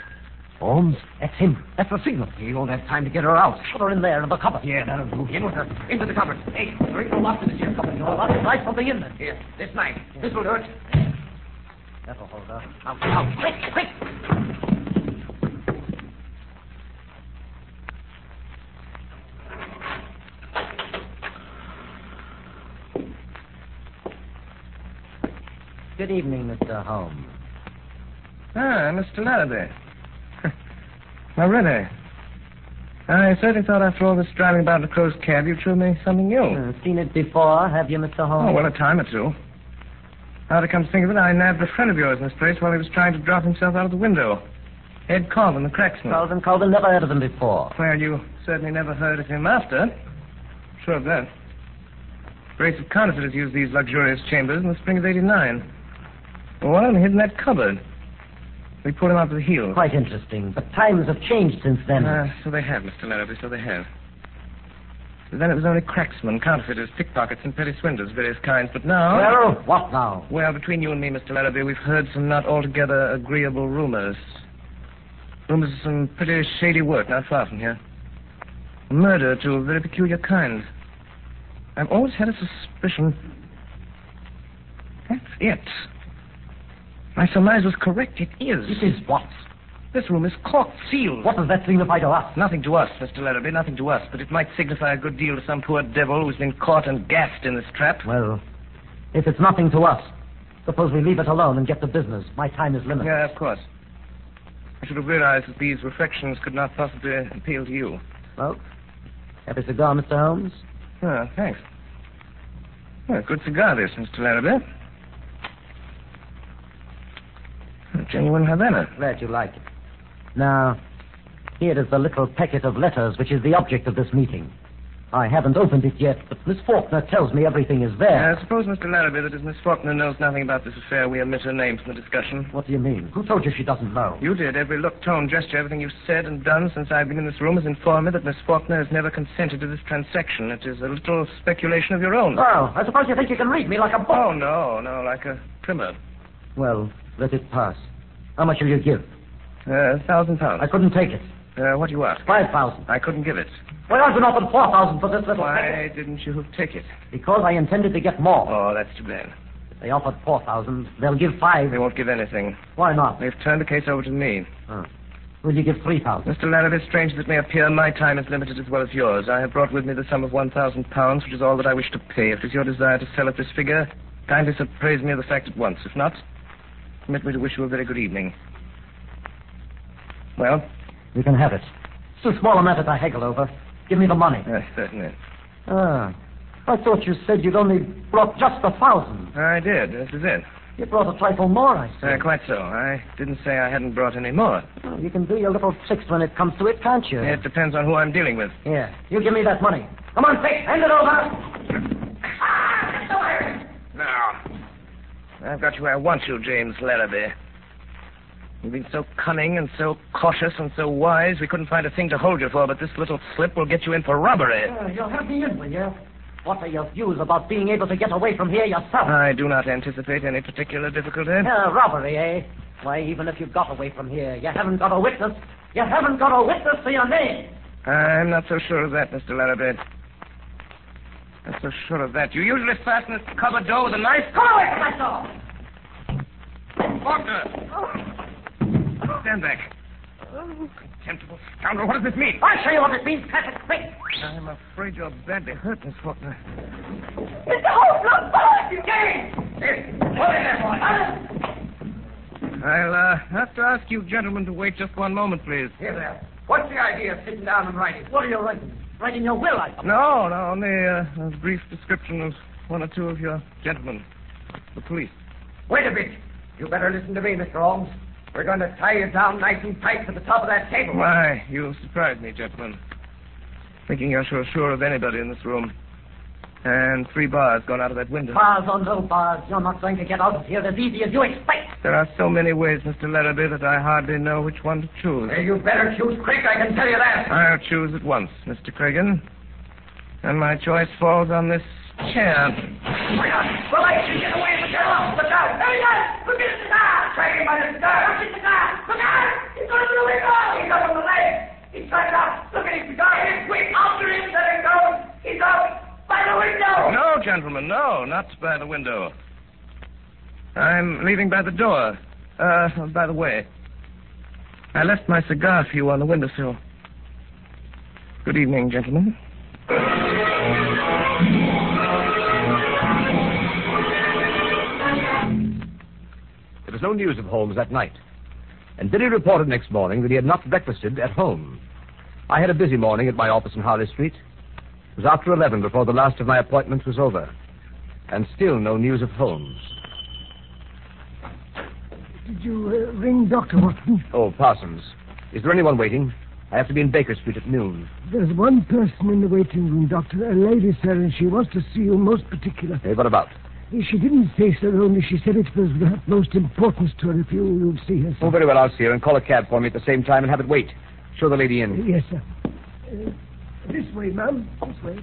S8: Holmes? That's him. That's the signal. He won't have time to get her out. Shut her in there in the cupboard. Yeah, that'll do. In with her. Into the cupboard. Hey, there ain't no lock to this here cupboard. You'll have to try something in there. Here, this knife. This will hurt. That'll hold her. Now, now, quick, quick. Good evening, Mr. Holmes.
S4: Ah, Mr. Larrabee. now, really, I certainly thought after all this driving about in a closed cab you'd show me something new.
S8: Uh, seen it before, have you, Mr. Holmes?
S4: Oh, well, a time or two. Now, to come to think of it, I nabbed a friend of yours in this place while he was trying to drop himself out of the window. Ed Colvin, the cracksman.
S8: Calvin, Calvin, never heard of them before.
S4: Well, you certainly never heard of him after. Sure of that. A race of counterfeiters used these luxurious chambers in the spring of 89. Well, one of them hid in that cupboard. We pulled him out with the heels.
S8: Quite interesting, but times have changed since then.
S4: Ah, so they have, Mr. Larrabee, so they have. Then it was only cracksmen, counterfeiters, pickpockets, and petty swindlers of various kinds. But now.
S7: Well, what now?
S4: Well, between you and me, Mr. Larrabee, we've heard some not altogether agreeable rumors. Rumors of some pretty shady work not far from here. Murder, too, of a very peculiar kind. I've always had a suspicion. That's it. My surmise was correct. It is.
S7: It is what?
S4: This room is corked, sealed.
S7: What does that signify to us?
S4: Nothing to us, Mr. Larrabee, nothing to us. But it might signify a good deal to some poor devil who's been caught and gassed in this trap.
S7: Well, if it's nothing to us, suppose we leave it alone and get to business. My time is limited.
S4: Yeah, Uh, of course. I should have realized that these reflections could not possibly appeal to you.
S7: Well, happy cigar, Mr. Holmes?
S4: Ah, thanks. Well, good cigar, this, Mr. Larrabee. A genuine Havana.
S7: Glad you like it. Now, here is the little packet of letters which is the object of this meeting. I haven't opened it yet, but Miss Faulkner tells me everything is there.
S4: I Uh, suppose, Mr. Larrabee, that as Miss Faulkner knows nothing about this affair, we omit her name from the discussion.
S7: What do you mean? Who told you she doesn't know?
S4: You did. Every look, tone, gesture, everything you've said and done since I've been in this room has informed me that Miss Faulkner has never consented to this transaction. It is a little speculation of your own.
S7: Oh, I suppose you think you can read me like a book.
S4: Oh, no, no, like a primer.
S7: Well, let it pass. How much will you give?
S4: Uh, A thousand pounds.
S7: I couldn't take it.
S4: Uh, what do you ask?
S7: Five thousand.
S4: I couldn't give it.
S7: Well, I've been offered four thousand for this little
S4: Why
S7: packet.
S4: didn't you take it?
S7: Because I intended to get more.
S4: Oh, that's too bad.
S7: If they offered four thousand, they'll give five.
S4: They won't give anything.
S7: Why not?
S4: They've turned the case over to me.
S7: Will you give three thousand?
S4: Mr. Larrabee, strange as it may appear, my time is limited as well as yours. I have brought with me the sum of £1,000, which is all that I wish to pay. If it is your desire to sell at this figure, kindly appraise me of the fact at once. If not, permit me to wish you a very good evening. Well,
S7: You can have it. It's too small a matter to haggle over. Give me the money.
S4: yes, certainly.
S7: Ah. I thought you said you'd only brought just a thousand.
S4: I did. This is it.
S7: You brought a trifle more, I see.
S4: Uh, quite so. I didn't say I hadn't brought any more.
S7: Oh, you can do your little tricks when it comes to it, can't you?
S4: It depends on who I'm dealing with.
S7: Here, you give me that money. Come on, Vic, hand it over.
S4: Now, I've got you where I want you, James Larrabee. You've been so cunning and so cautious and so wise, we couldn't find a thing to hold you for, but this little slip will get you in for robbery.
S7: Uh, you'll have me in, will you? What are your views about being able to get away from here yourself?
S4: I do not anticipate any particular difficulty.
S7: Yeah, robbery, eh? Why, even if you got away from here, you haven't got a witness. You haven't got a witness to your name.
S4: I'm not so sure of that, Mr. Larrabee. Not so sure of that. You usually fasten this cupboard door with a knife.
S7: Come away from that door.
S4: Faulkner! Stand back. Contemptible scoundrel, what does this mean?
S7: I'll show you what it means, Patrick. Quick.
S4: I'm afraid you're badly hurt, Miss Faulkner.
S5: Mr. Holmes, look, boy! You
S4: I'll uh, have to ask you gentlemen to wait just one moment, please.
S8: Here there. What's the idea of sitting down and writing?
S7: What are you writing? Writing your will, I suppose.
S4: No, no, only uh, a brief description of one or two of your gentlemen, the police.
S8: Wait a bit. You better listen to me, Mr. Holmes. We're going to tie you down nice and tight to the top of that table.
S4: Why, you surprised me, gentlemen. Thinking you're sure, sure of anybody in this room. And three bars gone out of that window.
S7: Bars or no bars, you're not going to get out of here as easy as you expect.
S4: There are so many ways, Mr. Larrabee, that I hardly know which one to choose.
S8: Well, you better choose quick, I can tell you that.
S4: I'll choose at once, Mr. Cregan. And my choice falls on this chair.
S8: Oh Well, I can get away with your arms, but now, there he is! Look at his cigar! Try him by the cigar! Look at his cigar! Look out! He's going to the window! He's up on the leg! He's trying out! Look at his cigar! He's quick! After him! There he goes! He's out! By the window!
S4: No, gentlemen, no, not by the window. I'm leaving by the door. Uh, by the way, I left my cigar for you on the windowsill. Good evening, gentlemen.
S3: There was no news of Holmes that night. And Billy reported next morning that he had not breakfasted at home. I had a busy morning at my office in Harley Street. It was after 11 before the last of my appointments was over. And still no news of Holmes.
S5: Did you uh, ring Dr. Watson?
S3: Oh, Parsons, is there anyone waiting? I have to be in Baker Street at noon.
S5: There's one person in the waiting room, Doctor. A lady, sir, and she wants to see you most particular.
S3: Hey, what about?
S5: She didn't say so, only she said it was of the utmost importance to her if you, you'll see her, sir.
S3: Oh, very well, I'll see her and call a cab for me at the same time and have it wait. Show the lady in.
S5: Yes, sir. Uh,
S7: This way, ma'am. This way.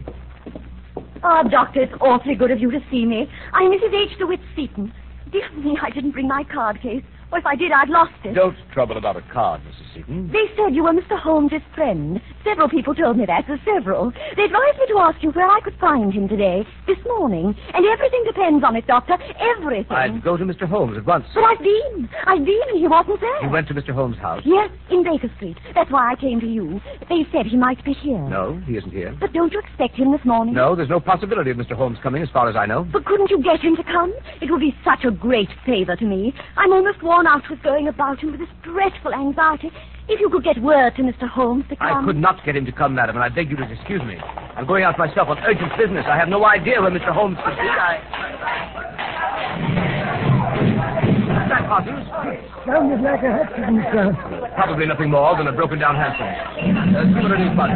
S12: Oh, Doctor, it's awfully good of you to see me. I'm Mrs. H. DeWitt Seaton. Dear me, I didn't bring my card case. Or if I did, I'd lost it.
S3: Don't trouble about a card, Mrs. Seaton.
S12: They said you were Mr. Holmes's friend. Several people told me that, so several. They advised me to ask you where I could find him today, this morning. And everything depends on it, Doctor. Everything.
S3: I'd go to Mr. Holmes at once.
S12: But I've been. I've been. He wasn't there.
S3: You went to Mr. Holmes' house?
S12: Yes, in Baker Street. That's why I came to you. They said he might be here.
S3: No, he isn't here.
S12: But don't you expect him this morning?
S3: No, there's no possibility of Mr. Holmes coming, as far as I know.
S12: But couldn't you get him to come? It would be such a great favor to me. I'm almost worn out with going about him with this dreadful anxiety. If you could get word to Mr. Holmes to come.
S3: I could not get him to come, madam, and I beg you to excuse me. I'm going out myself on urgent business. I have no idea where Mr. Holmes could be. I... That passes.
S7: Sounded like a accident, sir.
S3: Probably nothing more than a broken down hansom. Uh, similar in his body.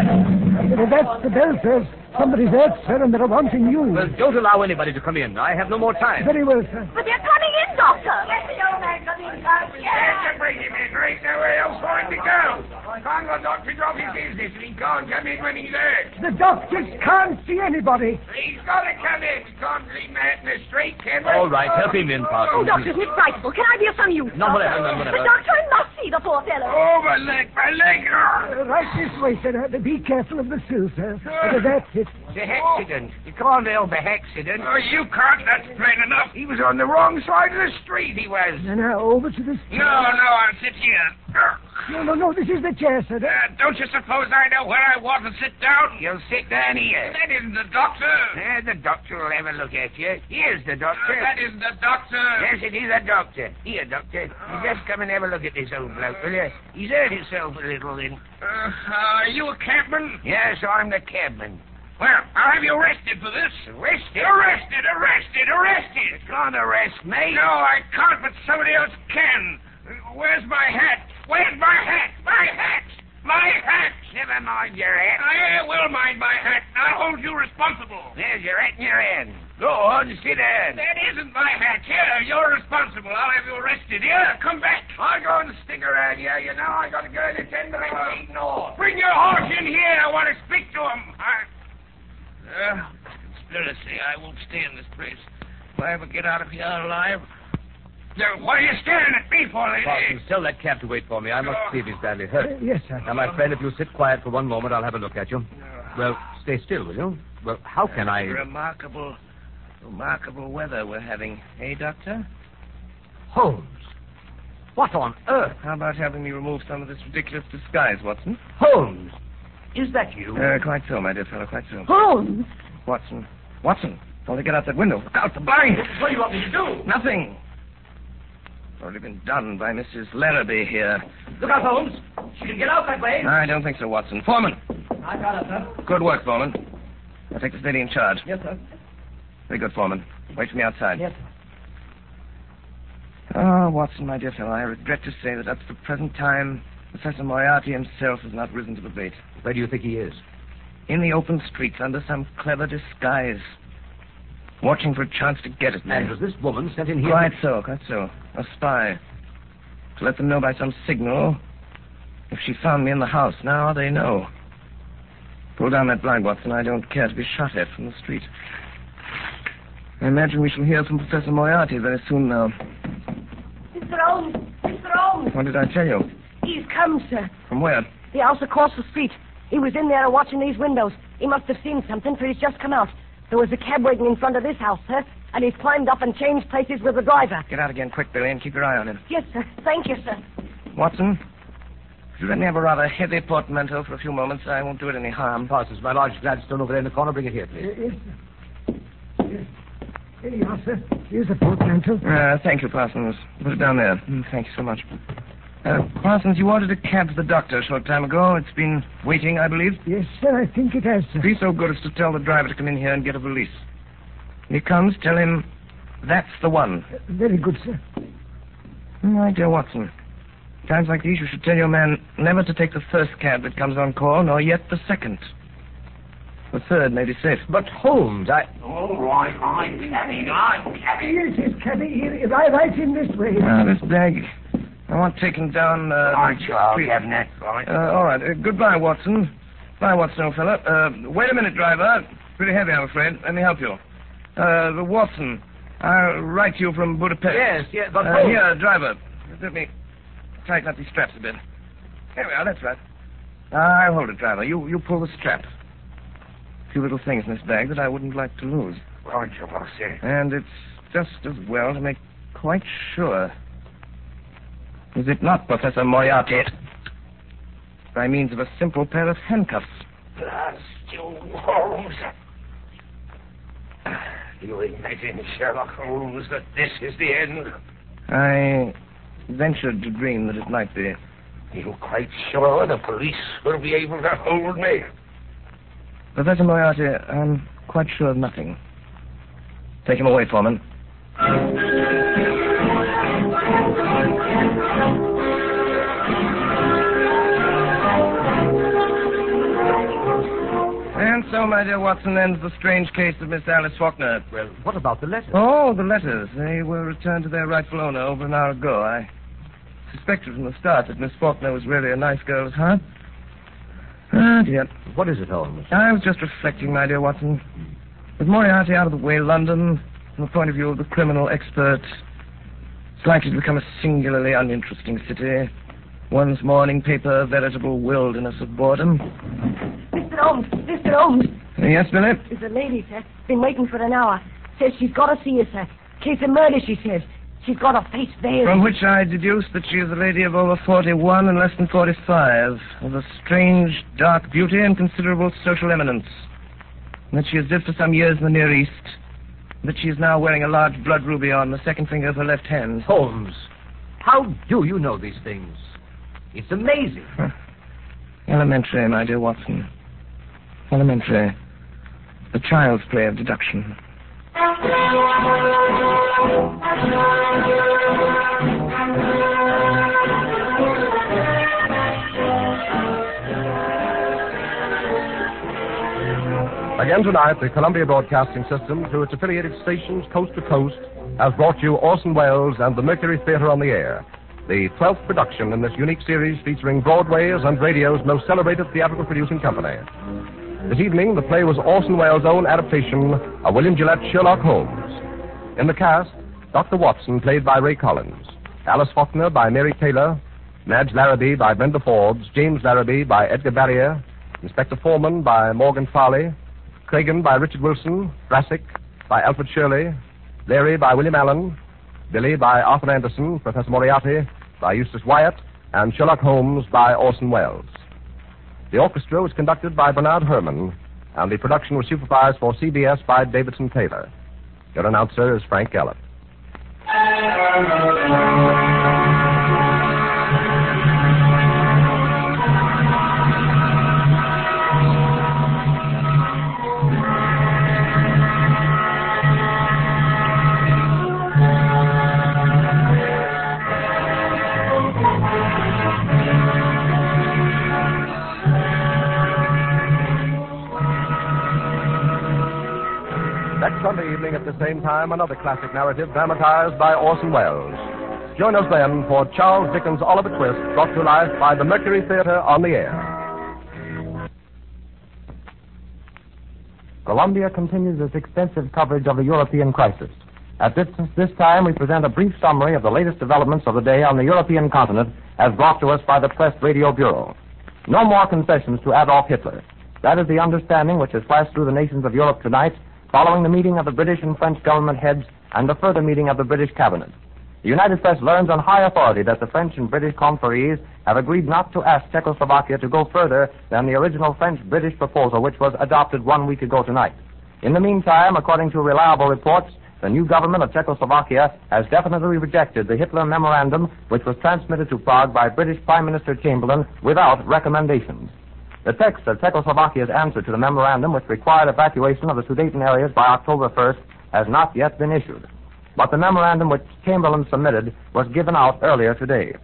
S7: Well, that's the bell, sir. Somebody's out, sir, and they're wanting you.
S3: Well, don't allow anybody to come in. I have no more time.
S7: Very well, sir.
S12: But they're coming in, Doctor.
S10: Let the old man come in, Doctor.
S13: Yes, bring him in. There ain't nowhere else for him to go. Can't the doctor drop his business and he can't come in when he's hurt.
S7: The doctors can't see anybody.
S13: He's got to come in. We can't leave him out in the street, can we?
S3: All right, help him in,
S12: Oh,
S3: Parsons.
S12: Doctor, it's frightful. Can I be of some use?
S3: Not whatever,
S12: Doctor?
S3: not whatever.
S12: But, Doctor, I must see the poor fellow.
S13: Oh, my leg, my leg.
S7: Uh, right this way, sir. Uh, Be careful of the sill, sir. Uh, that's it.
S13: The accident. You can't help the accident. Oh, you can't. That's plain enough. He was on the wrong side of the street, he was.
S7: No, no, over to this.
S13: No, no, I'll sit here.
S7: No, no, no, this is the chair, sir.
S13: Uh, don't you suppose I know where I want to sit down? You'll sit down here. That isn't the doctor. the doctor will have a look at you. Here's the doctor.
S10: that
S13: isn't the doctor. Yes, it is the doctor. Here, doctor. You just come and have a look at this old bloke, will you? He's hurt himself a little, then.
S10: are you a cabman?
S13: Yes, I'm the cabman. Well, I'll have you arrested for this. Arrested? Arrested, arrested, arrested. You can't arrest me.
S10: No, I
S13: can't, but somebody else can. Where's my hat? Where's my hat? My hat! My hat! Never mind your hat.
S10: I will mind my hat. and I'll hold you responsible.
S13: There's your hat in your hand. Go on, sit down.
S10: That isn't my hat. Here, you're responsible. I'll have you arrested. Here, come back.
S13: I'll go and stick around here. You know, I gotta go to ten minutes eating all.
S10: Bring your horse in here. I want to speak to him. I... Uh,
S13: Conspiracy. I won't stay in this place. If I ever get out of here alive. Now, what are you staring at me for, lady?
S3: Parsons, tell that cab to wait for me. I must see if he's badly
S4: Uh,
S3: hurt.
S7: Yes, sir.
S3: Now, my friend, if you'll sit quiet for one moment, I'll have a look at you. Well, stay still, will you? Well, how can I...
S4: Remarkable, remarkable weather we're having, eh, Doctor?
S3: Holmes. What on earth?
S4: How about having me remove some of this ridiculous disguise, Watson?
S3: Holmes! Is that you?
S4: Uh, quite so, my dear fellow, quite so.
S12: Holmes!
S4: Watson. Watson! Don't they get out that window. Look out the blind!
S10: What do you want me to do?
S4: Nothing. Already been done by Mrs. Larrabee here.
S10: Look out, Holmes. She can get out that
S7: Uh.
S10: way.
S4: I don't think so, Watson. Foreman!
S10: I got it, sir.
S4: Good work, Foreman. I'll take this lady in charge.
S10: Yes, sir.
S4: Very good, Foreman. Wait for me outside.
S10: Yes,
S4: Ah, Watson, my dear fellow, I regret to say that up to the present time, Professor Moriarty himself has not risen to the bait.
S3: Where do you think he is?
S4: In the open streets, under some clever disguise. Watching for a chance to get at me.
S3: And was this woman sent in here?
S4: Quite so, quite so. A spy. To let them know by some signal if she found me in the house. Now they know. Pull down that blind, Watson. I don't care to be shot at from the street. I imagine we shall hear from Professor Moriarty very soon now.
S5: Mr. Holmes, Mr. Holmes.
S4: What did I tell you?
S5: He's come, sir.
S4: From where?
S5: The house across the street. He was in there watching these windows. He must have seen something, for he's just come out. There was a cab waiting in front of this house, sir, and he's climbed up and changed places with the driver.
S4: Get out again quick, Billy, and keep your eye on him.
S5: Yes, sir. Thank you, sir.
S4: Watson, if you let me have a rather heavy portmanteau for a few moments, I won't do it any harm.
S3: Parsons, my large Gladstone over there in the corner. Bring it here, please.
S7: Yes, sir. Yes. Here you are, sir. Here's the portmanteau.
S4: Uh, thank you, Parsons. Put it down there. Mm, Thank you so much. Uh, Parsons, you ordered a cab for the doctor a short time ago. It's been waiting, I believe.
S7: Yes, sir, I think it has, sir.
S4: Be so good as to tell the driver to come in here and get a valise. When he comes, tell him that's the one.
S7: Uh,
S4: Mm,
S7: Very good, sir.
S4: My dear Watson, times like these you should tell your man never to take the first cab that comes on call, nor yet the second. The third may be safe.
S3: But Holmes, I...
S10: All right, I'm coming. I'm coming.
S7: Yes, yes, cabby. Here, right, right in this way.
S3: Ah,
S4: Now, this bag, I want taken down... Uh,
S13: Aren't you, old
S4: please.
S13: Governor? Right.
S4: Uh, all right. Uh, goodbye, Watson. My, Watson, old fellow. Uh, wait a minute, driver. Pretty heavy, I'm afraid. Let me help you. Uh, the Watson. I'll write to you from Budapest.
S3: Yes, yes, but
S4: Uh,
S3: hold-
S4: here, driver. Let me tighten up these straps a bit. There we are, that's right. I'll hold it, driver. You, you pull the strap. Few little things in this bag that I wouldn't like to lose.
S13: Roger, Watson.
S4: And it's just as well to make quite sure. Is it not, Professor Moriarty? By means of a simple pair of handcuffs.
S13: Blast you, Holmes. Do you imagine, Sherlock Holmes, that this is the end?
S4: I ventured to dream that it might be.
S13: You quite sure the police will be able to hold me?
S4: Professor Moriarty, I'm quite sure of nothing. Take him away, Foreman. And so, my dear Watson, ends the strange case of Miss Alice Faulkner.
S3: Well, what about the letters?
S4: Oh, the letters. They were returned to their rightful owner over an hour ago. I suspected from the start that Miss Faulkner was really a nice girl at heart. Ah, dear.
S3: What is it, Holmes?
S4: I was just reflecting, my dear Watson. With Moriarty out of the way, London, from the point of view of the criminal expert, it's likely to become a singularly uninteresting city. One's morning paper, a veritable wilderness of boredom.
S5: Mr. Holmes, Mr. Holmes.
S4: Yes, Billy?
S5: There's a lady, sir. Been waiting for an hour. Says she's got to see you, sir. Case of murder, she says. She's got her face veiled.
S4: From which I deduce that she is a lady of over 41 and less than 45, of a strange, dark beauty and considerable social eminence, and that she has lived for some years in the Near East, and that she is now wearing a large blood ruby on the second finger of her left hand.
S3: Holmes, how do you know these things? It's amazing.
S4: Elementary, my dear Watson. Elementary. The child's play of deduction.
S1: Again tonight, the Columbia Broadcasting System, through its affiliated stations coast to coast, has brought you Orson Welles and the Mercury Theatre on the Air, the 12th production in this unique series featuring Broadway's and radio's most celebrated theatrical producing company. This evening, the play was Orson Welles' own adaptation of William Gillette's Sherlock Holmes. In the cast, Dr. Watson, played by Ray Collins, Alice Faulkner by Mary Taylor, Madge Larrabee by Brenda Forbes, James Larrabee by Edgar Barrier, Inspector Foreman by Morgan Farley, Cragen by Richard Wilson, Brassic by Alfred Shirley, Leary by William Allen, Billy by Arthur Anderson, Professor Moriarty by Eustace Wyatt, and Sherlock Holmes by Orson Welles. The orchestra was conducted by Bernard Herman, and the production was supervised for CBS by Davidson Taylor. Your announcer is Frank Gallup. Next Sunday evening at the same time, another classic narrative dramatized by Orson Welles. Join us then for Charles Dickens' Oliver Twist, brought to life by the Mercury Theater on the air.
S14: Columbia continues its extensive coverage of the European crisis. At this, this time, we present a brief summary of the latest developments of the day on the European continent as brought to us by the Press Radio Bureau. No more concessions to Adolf Hitler. That is the understanding which has flashed through the nations of Europe tonight following the meeting of the British and French government heads and the further meeting of the British cabinet. The United Press learns on high authority that the French and British conferees have agreed not to ask Czechoslovakia to go further than the original French-British proposal, which was adopted one week ago tonight. In the meantime, according to reliable reports, the new government of Czechoslovakia has definitely rejected the Hitler memorandum, which was transmitted to Prague by British Prime Minister Chamberlain without recommendations. The text of Czechoslovakia's answer to the memorandum, which required evacuation of the Sudeten areas by October 1st, has not yet been issued. But the memorandum which Chamberlain submitted was given out earlier today.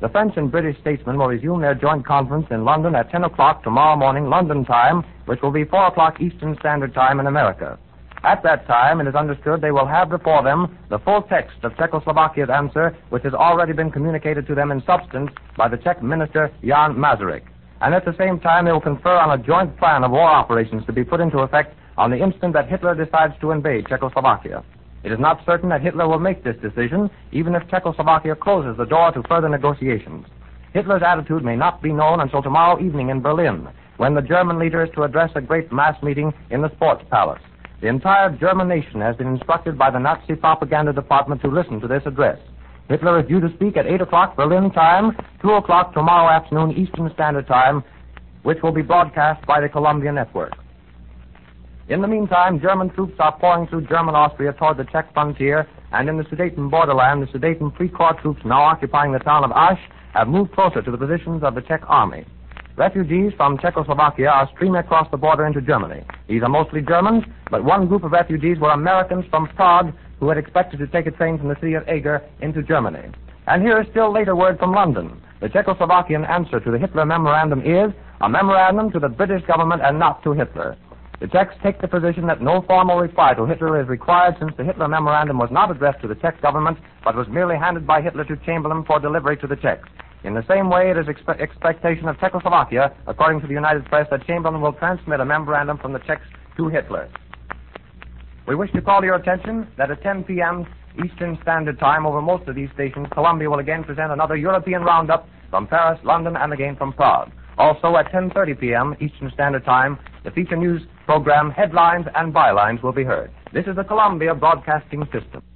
S14: The French and British statesmen will resume their joint conference in London at 10 o'clock tomorrow morning, London time, which will be 4 o'clock Eastern Standard Time in America. At that time, it is understood they will have before them the full text of Czechoslovakia's answer, which has already been communicated to them in substance by the Czech minister Jan Masaryk. and at the same time they will confer on a joint plan of war operations to be put into effect on the instant that Hitler decides to invade Czechoslovakia. It is not certain that Hitler will make this decision, even if Czechoslovakia closes the door to further negotiations. Hitler's attitude may not be known until tomorrow evening in Berlin, when the German leader is to address a great mass meeting in the Sports Palace. The entire German nation has been instructed by the Nazi propaganda department to listen to this address. Hitler is due to speak at 8 o'clock Berlin time, 2 o'clock tomorrow afternoon Eastern Standard Time, which will be broadcast by the Columbia Network. In the meantime, German troops are pouring through German Austria toward the Czech frontier, and in the Sudeten borderland, the Sudeten Free Corps troops now occupying the town of Asch have moved closer to the positions of the Czech army. Refugees from Czechoslovakia are streaming across the border into Germany. These are mostly Germans, but one group of refugees were Americans from Prague who had expected to take a train from the city of Eger into Germany. And here is still later word from London. The Czechoslovakian answer to the Hitler memorandum is a memorandum to the British government and not to Hitler. The Czechs take the position that no formal reply to Hitler is required since the Hitler memorandum was not addressed to the Czech government but was merely handed by Hitler to Chamberlain for delivery to the Czechs. In the same way, it is expe- expectation of Czechoslovakia, according to the United Press, that Chamberlain will transmit a memorandum from the Czechs to Hitler. We wish to call to your attention that at 10 p.m. Eastern Standard Time over most of these stations, Columbia will again present another European roundup from Paris, London, and again from Prague. Also at 10:30 p.m. Eastern Standard Time, the feature news program headlines and bylines will be heard. This is the Columbia Broadcasting System.